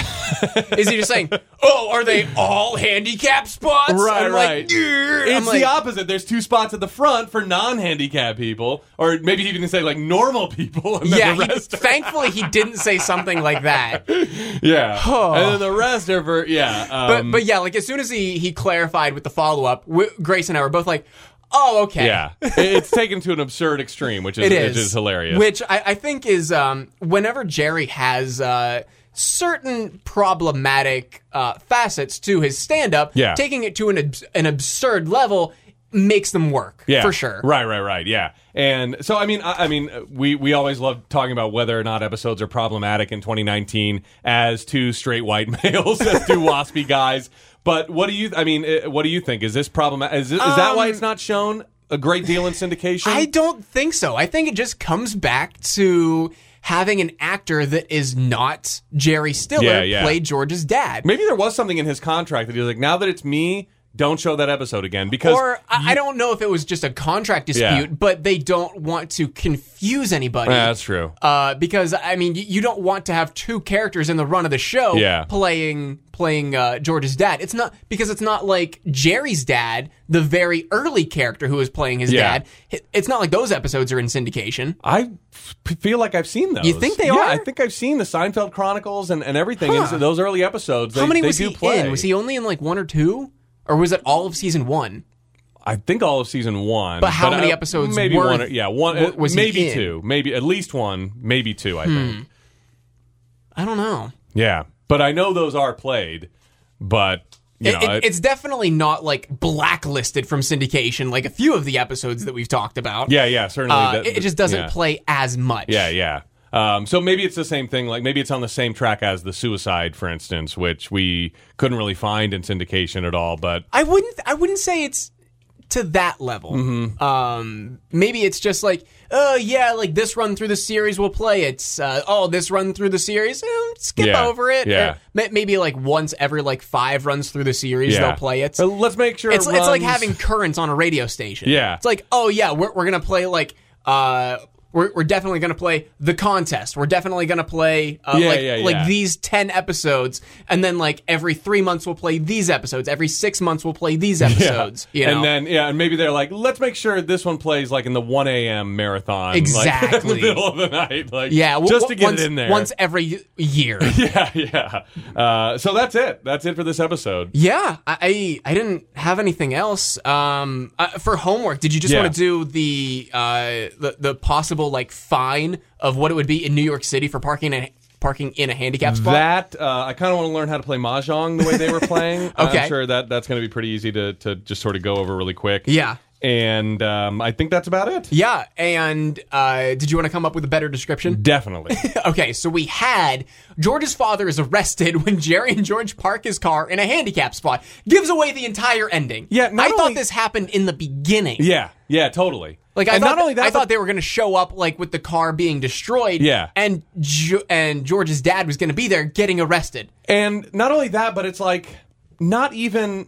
[SPEAKER 2] is he just saying, oh, are they all handicap spots?
[SPEAKER 1] Right,
[SPEAKER 2] I'm
[SPEAKER 1] right.
[SPEAKER 2] Like, "Yeah." I'm
[SPEAKER 1] It's
[SPEAKER 2] like,
[SPEAKER 1] the opposite. There's two spots at the front for non-handicapped people, or maybe he even say like normal people, and then
[SPEAKER 2] Yeah,
[SPEAKER 1] the
[SPEAKER 2] he,
[SPEAKER 1] rest.
[SPEAKER 2] thankfully he didn't say something like that.
[SPEAKER 1] Are, yeah, and then the rest are for yeah.
[SPEAKER 2] But
[SPEAKER 1] Um,
[SPEAKER 2] but yeah, like as soon as he he clarified with the follow up, Grace and I were both like, "Oh, okay."
[SPEAKER 1] yeah, It- it's taken to an absurd extreme, which is,
[SPEAKER 2] It is.
[SPEAKER 1] which is hilarious.
[SPEAKER 2] Which I, I think is um, whenever Jerry has uh, certain problematic uh, facets to his stand up,
[SPEAKER 1] Yeah.
[SPEAKER 2] taking it to an, abs- an absurd level makes them work.
[SPEAKER 1] yeah,
[SPEAKER 2] For sure.
[SPEAKER 1] Right, right, right. Yeah, and so I mean, I, I mean, uh, we we always love talking about whether or not episodes are problematic in 2019 as two straight white males, as two waspy guys. But what do you? I mean, uh, what do you think? Is this problematic? Is, this, is that why
[SPEAKER 2] Um,
[SPEAKER 1] it's not shown a great deal in syndication?
[SPEAKER 2] I don't think so. I think it just comes back to having an actor that is not Jerry Stiller
[SPEAKER 1] Yeah, yeah.
[SPEAKER 2] play George's dad.
[SPEAKER 1] Maybe there was something in his contract that he was like, now that it's me, don't show that episode again because
[SPEAKER 2] Or I, I don't know if it was just a contract dispute,
[SPEAKER 1] Yeah.
[SPEAKER 2] but they don't want to confuse anybody.
[SPEAKER 1] Yeah, that's true.
[SPEAKER 2] Uh, because I mean, you, you don't want to have two characters in the run of the show
[SPEAKER 1] Yeah.
[SPEAKER 2] playing playing uh, George's dad. It's not because it's not like Jerry's dad, the very early character who was playing his
[SPEAKER 1] Yeah.
[SPEAKER 2] dad. It- It's not like those episodes are in syndication.
[SPEAKER 1] I f- feel like I've seen those.
[SPEAKER 2] You think they
[SPEAKER 1] yeah,
[SPEAKER 2] are?
[SPEAKER 1] I think I've seen the Seinfeld Chronicles and, and everything. And
[SPEAKER 2] Huh.
[SPEAKER 1] so those early episodes, they,
[SPEAKER 2] How many
[SPEAKER 1] they
[SPEAKER 2] was
[SPEAKER 1] do
[SPEAKER 2] he
[SPEAKER 1] play.
[SPEAKER 2] in? Was he only in like one or two, or was it all of season one?
[SPEAKER 1] I think all of season one.
[SPEAKER 2] But how many
[SPEAKER 1] uh,
[SPEAKER 2] episodes
[SPEAKER 1] Maybe
[SPEAKER 2] were-
[SPEAKER 1] one. Or, yeah, one. uh,
[SPEAKER 2] wa- was he
[SPEAKER 1] maybe
[SPEAKER 2] in? Hmm.
[SPEAKER 1] two. Maybe at least one. Maybe two. I think.
[SPEAKER 2] I don't know.
[SPEAKER 1] Yeah, but I know those are played. But you
[SPEAKER 2] It-
[SPEAKER 1] know,
[SPEAKER 2] it-
[SPEAKER 1] I-
[SPEAKER 2] it's definitely not like blacklisted from syndication, like a few of the episodes that we've talked about.
[SPEAKER 1] yeah, yeah, certainly.
[SPEAKER 2] Uh,
[SPEAKER 1] that-
[SPEAKER 2] it, it just doesn't
[SPEAKER 1] yeah.
[SPEAKER 2] play as much.
[SPEAKER 1] Yeah, yeah. Um, so maybe it's the same thing. Like maybe it's on the same track as the suicide, for instance, which we couldn't really find in syndication at all. But
[SPEAKER 2] I wouldn't. I wouldn't say it's to that level.
[SPEAKER 1] Mm-hmm.
[SPEAKER 2] Um, maybe it's just like, oh yeah, like this run through the series will play. It's uh, oh this run through the series, eh, skip
[SPEAKER 1] Yeah,
[SPEAKER 2] over it. Or
[SPEAKER 1] yeah.
[SPEAKER 2] ma- maybe like once every like five runs through the series,
[SPEAKER 1] yeah,
[SPEAKER 2] they'll play it.
[SPEAKER 1] Uh, Let's make sure
[SPEAKER 2] It's,
[SPEAKER 1] it
[SPEAKER 2] it's like
[SPEAKER 1] runs-
[SPEAKER 2] having currents on a radio station.
[SPEAKER 1] Yeah.
[SPEAKER 2] It's like, oh yeah, we're, we're gonna play like uh we're, we're definitely going to play the contest. We're definitely going to play uh,
[SPEAKER 1] Yeah,
[SPEAKER 2] like,
[SPEAKER 1] yeah,
[SPEAKER 2] like
[SPEAKER 1] yeah.
[SPEAKER 2] these 10 episodes. And then like every three months, we'll play these episodes. Every six months, we'll play these episodes. You know?
[SPEAKER 1] And then yeah, and maybe they're like, let's make sure this one plays like in the one a.m. marathon, like, in the
[SPEAKER 2] Exactly.
[SPEAKER 1] middle of the night, like
[SPEAKER 2] yeah, w-
[SPEAKER 1] just to
[SPEAKER 2] w-
[SPEAKER 1] get
[SPEAKER 2] once,
[SPEAKER 1] it in there.
[SPEAKER 2] Once every year.
[SPEAKER 1] yeah, yeah. Uh, so that's it. That's it for this episode.
[SPEAKER 2] yeah, I, I I didn't have anything else. Um, uh, for homework, did you just
[SPEAKER 1] Yeah.
[SPEAKER 2] want to do the uh the the possible like fine of what it would be in New York City for parking and parking in a handicap spot?
[SPEAKER 1] That uh, I kind of want to learn how to play mahjong the way they were playing. I'm
[SPEAKER 2] Okay.
[SPEAKER 1] sure that that's going to be pretty easy to to just sort of go over really quick.
[SPEAKER 2] Yeah.
[SPEAKER 1] and um, I think that's about it.
[SPEAKER 2] yeah, and uh, did you want to come up with a better
[SPEAKER 1] Mm.
[SPEAKER 2] description?
[SPEAKER 1] Definitely.
[SPEAKER 2] Okay, so we had George's father is arrested when Jerry and George park his car in a handicap spot. Gives away the entire ending.
[SPEAKER 1] Yeah,
[SPEAKER 2] I
[SPEAKER 1] not only-
[SPEAKER 2] thought this happened in the beginning.
[SPEAKER 1] yeah, yeah, totally.
[SPEAKER 2] Like I
[SPEAKER 1] and
[SPEAKER 2] thought,
[SPEAKER 1] not only that,
[SPEAKER 2] I
[SPEAKER 1] but-
[SPEAKER 2] thought they were going to show up like with the car being destroyed.
[SPEAKER 1] Yeah.
[SPEAKER 2] and jo- and George's dad was going to be there getting arrested.
[SPEAKER 1] And not only that, but it's like not even.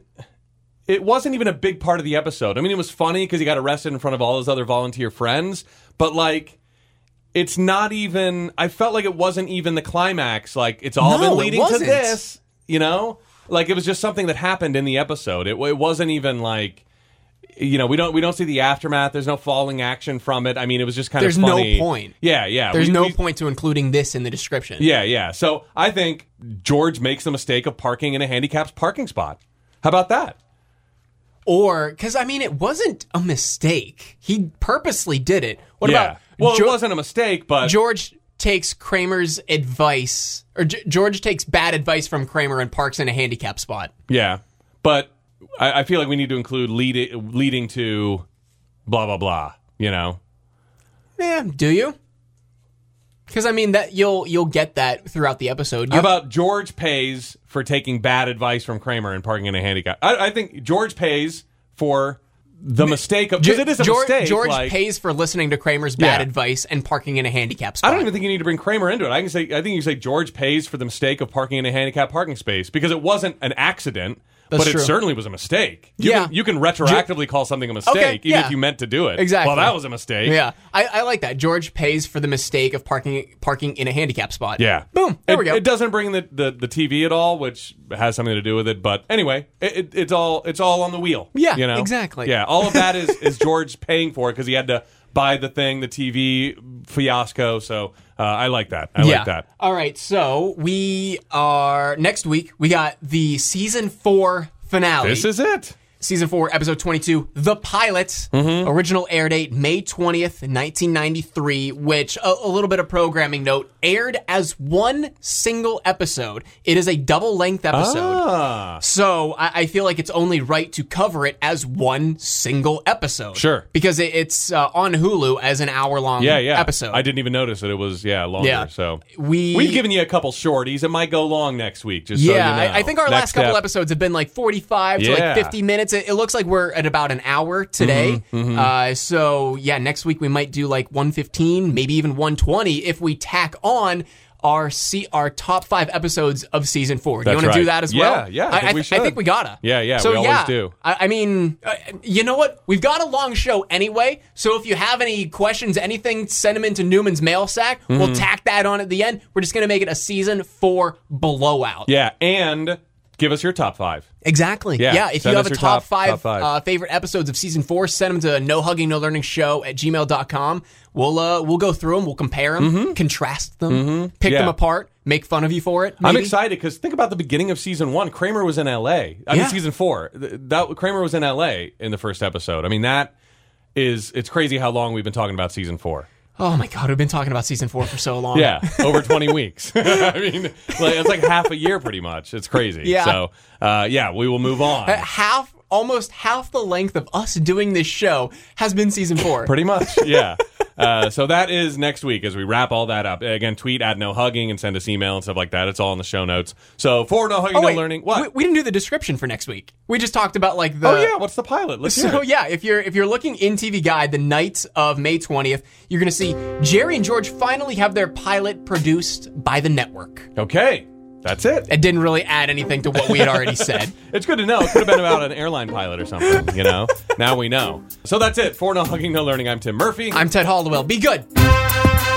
[SPEAKER 1] It wasn't even a big part of the episode. I mean, it was funny because he got arrested in front of all his other volunteer friends, but like. It's not even. I felt like it wasn't even the climax. Like it's
[SPEAKER 2] No,
[SPEAKER 1] all been
[SPEAKER 2] it
[SPEAKER 1] leading to
[SPEAKER 2] wasn't.
[SPEAKER 1] this, you know. Like it was just something that happened in the episode. It, it wasn't even like, you know, we don't we don't see the aftermath. There's no falling action from it. I mean, it was just kind
[SPEAKER 2] There's
[SPEAKER 1] of
[SPEAKER 2] no
[SPEAKER 1] funny.
[SPEAKER 2] point.
[SPEAKER 1] Yeah, yeah.
[SPEAKER 2] There's
[SPEAKER 1] We-
[SPEAKER 2] no
[SPEAKER 1] we-
[SPEAKER 2] point to including this in the description.
[SPEAKER 1] yeah, yeah. So I think George makes the mistake of parking in a handicapped parking spot. How about that?
[SPEAKER 2] Or because I mean, it wasn't a mistake. He purposely did it. What
[SPEAKER 1] yeah.
[SPEAKER 2] about
[SPEAKER 1] well,
[SPEAKER 2] Jo-
[SPEAKER 1] it wasn't a mistake, but
[SPEAKER 2] George takes Kramer's advice, or G- George takes bad advice from Kramer and parks in a handicap spot.
[SPEAKER 1] yeah. But I, I feel like we need to include lead, leading to blah blah blah. You know?
[SPEAKER 2] Yeah, do you? Because I mean that you'll you'll get that throughout the episode.
[SPEAKER 1] How
[SPEAKER 2] You'll-
[SPEAKER 1] about George pays for taking bad advice from Kramer and parking in a handicap? I, I think George pays for the mistake of because it is a
[SPEAKER 2] George,
[SPEAKER 1] mistake.
[SPEAKER 2] George
[SPEAKER 1] like-
[SPEAKER 2] pays for listening to Kramer's bad
[SPEAKER 1] Yeah.
[SPEAKER 2] advice and parking in a handicap spot.
[SPEAKER 1] I don't even think you need to bring Kramer into it. I can say I think you say George pays for the mistake of parking in a handicapped parking space because it wasn't an accident,
[SPEAKER 2] That's
[SPEAKER 1] but
[SPEAKER 2] true.
[SPEAKER 1] it certainly was a mistake. You
[SPEAKER 2] Yeah.
[SPEAKER 1] can, you can retroactively call something a mistake
[SPEAKER 2] Okay,
[SPEAKER 1] even
[SPEAKER 2] yeah.
[SPEAKER 1] if you meant to do it.
[SPEAKER 2] Exactly.
[SPEAKER 1] Well, that was a mistake.
[SPEAKER 2] yeah, I, I like that. George pays for the mistake of parking parking in a handicap spot.
[SPEAKER 1] Yeah.
[SPEAKER 2] Boom. There
[SPEAKER 1] it,
[SPEAKER 2] we go.
[SPEAKER 1] It doesn't bring the, the, the TV at all, which has something to do with it. But anyway, it, it, it's all it's all on the wheel.
[SPEAKER 2] Yeah,
[SPEAKER 1] You know?
[SPEAKER 2] exactly.
[SPEAKER 1] Yeah. All of that is is George paying for it because he had to buy the thing, the TV fiasco. So uh, I like that. I like that.
[SPEAKER 2] All right, so we are next week. We got the season four finale.
[SPEAKER 1] This is it.
[SPEAKER 2] season four, episode twenty-two, the pilot.
[SPEAKER 1] Mm-hmm.
[SPEAKER 2] Original air date May twentieth, nineteen ninety-three. Which a, a little bit of programming note aired as one single episode. It is a double-length episode.
[SPEAKER 1] Ah.
[SPEAKER 2] So I, I feel like it's only right to cover it as one single episode.
[SPEAKER 1] Sure.
[SPEAKER 2] Because it, it's uh, on Hulu as an hour-long
[SPEAKER 1] yeah, yeah.
[SPEAKER 2] episode.
[SPEAKER 1] I didn't even notice that it was yeah longer.
[SPEAKER 2] Yeah.
[SPEAKER 1] So
[SPEAKER 2] We-
[SPEAKER 1] we've given you a couple shorties. It might go long next week. Just so you
[SPEAKER 2] Yeah,
[SPEAKER 1] know.
[SPEAKER 2] I, I think our
[SPEAKER 1] Next
[SPEAKER 2] last couple
[SPEAKER 1] step.
[SPEAKER 2] episodes have been like 45 to
[SPEAKER 1] Yeah.
[SPEAKER 2] like 50 minutes. It, it looks like we're at about an hour today.
[SPEAKER 1] Mm-hmm,
[SPEAKER 2] Uh, so, yeah, next week we might do like 115, maybe even 120 if we tack on our see our top five episodes of season four. Do you
[SPEAKER 1] That's
[SPEAKER 2] want to do
[SPEAKER 1] right.
[SPEAKER 2] that as
[SPEAKER 1] Yeah,
[SPEAKER 2] well?
[SPEAKER 1] yeah, I
[SPEAKER 2] I,
[SPEAKER 1] think we
[SPEAKER 2] th- I think
[SPEAKER 1] should.
[SPEAKER 2] we gotta.
[SPEAKER 1] Yeah, yeah,
[SPEAKER 2] So
[SPEAKER 1] we always
[SPEAKER 2] yeah,
[SPEAKER 1] do.
[SPEAKER 2] I, I mean, uh, you know what? We've got a long show anyway. So if you have any questions, anything, send them into Newman's mail sack.
[SPEAKER 1] Mm-hmm.
[SPEAKER 2] We'll tack that on at the end. We're just gonna make it a season four blowout.
[SPEAKER 1] Yeah, and give us your top five.
[SPEAKER 2] Exactly.
[SPEAKER 1] Yeah,
[SPEAKER 2] Yeah. If
[SPEAKER 1] send
[SPEAKER 2] you have
[SPEAKER 1] us
[SPEAKER 2] a
[SPEAKER 1] your
[SPEAKER 2] top,
[SPEAKER 1] top-
[SPEAKER 2] five,
[SPEAKER 1] top five.
[SPEAKER 2] Uh, favorite episodes of season four, send them to no hugging, no learning show at gmail.com. We'll, uh, we'll go through them. We'll compare them, contrast them, pick
[SPEAKER 1] Mm-hmm. Yeah.
[SPEAKER 2] them apart, make fun of you for it.
[SPEAKER 1] I'm
[SPEAKER 2] maybe.
[SPEAKER 1] excited because think about the beginning of season one. Kramer was in L.A. I mean,
[SPEAKER 2] Yeah.
[SPEAKER 1] season four. Th- That Kramer was in L.A. in the first episode. I mean, that is it's crazy how long we've been talking about season four.
[SPEAKER 2] Oh my God. We've been talking about season four for so long.
[SPEAKER 1] Yeah, over 20 weeks. I mean, like, it's like half a year pretty much. It's crazy.
[SPEAKER 2] Yeah.
[SPEAKER 1] So, uh, yeah, we will move on.
[SPEAKER 2] Uh, Half, almost half the length of us doing this show has been season four.
[SPEAKER 1] Pretty much, yeah. Uh, so that is next week as we wrap all that up. Again, tweet at no hugging and send us email and stuff like that. It's all in the show notes. So for no hugging,
[SPEAKER 2] Oh,
[SPEAKER 1] no
[SPEAKER 2] wait.
[SPEAKER 1] learning. What?
[SPEAKER 2] We, we didn't do the description for next week. We just talked about like the.
[SPEAKER 1] oh yeah, what's the pilot? Let's hear
[SPEAKER 2] So
[SPEAKER 1] it.
[SPEAKER 2] yeah, if you're if you're looking in TV Guide the night of May 20th, you're gonna see Jerry and George finally have their pilot produced by the network.
[SPEAKER 1] Okay, That's it.
[SPEAKER 2] It didn't really add anything to what we had already said.
[SPEAKER 1] It's good to know. It could have been about an airline pilot or something, you know? now we know. So that's it. For No Hugging, No Learning, I'm Tim Murphy.
[SPEAKER 2] I'm Ted Hollowell. Be good.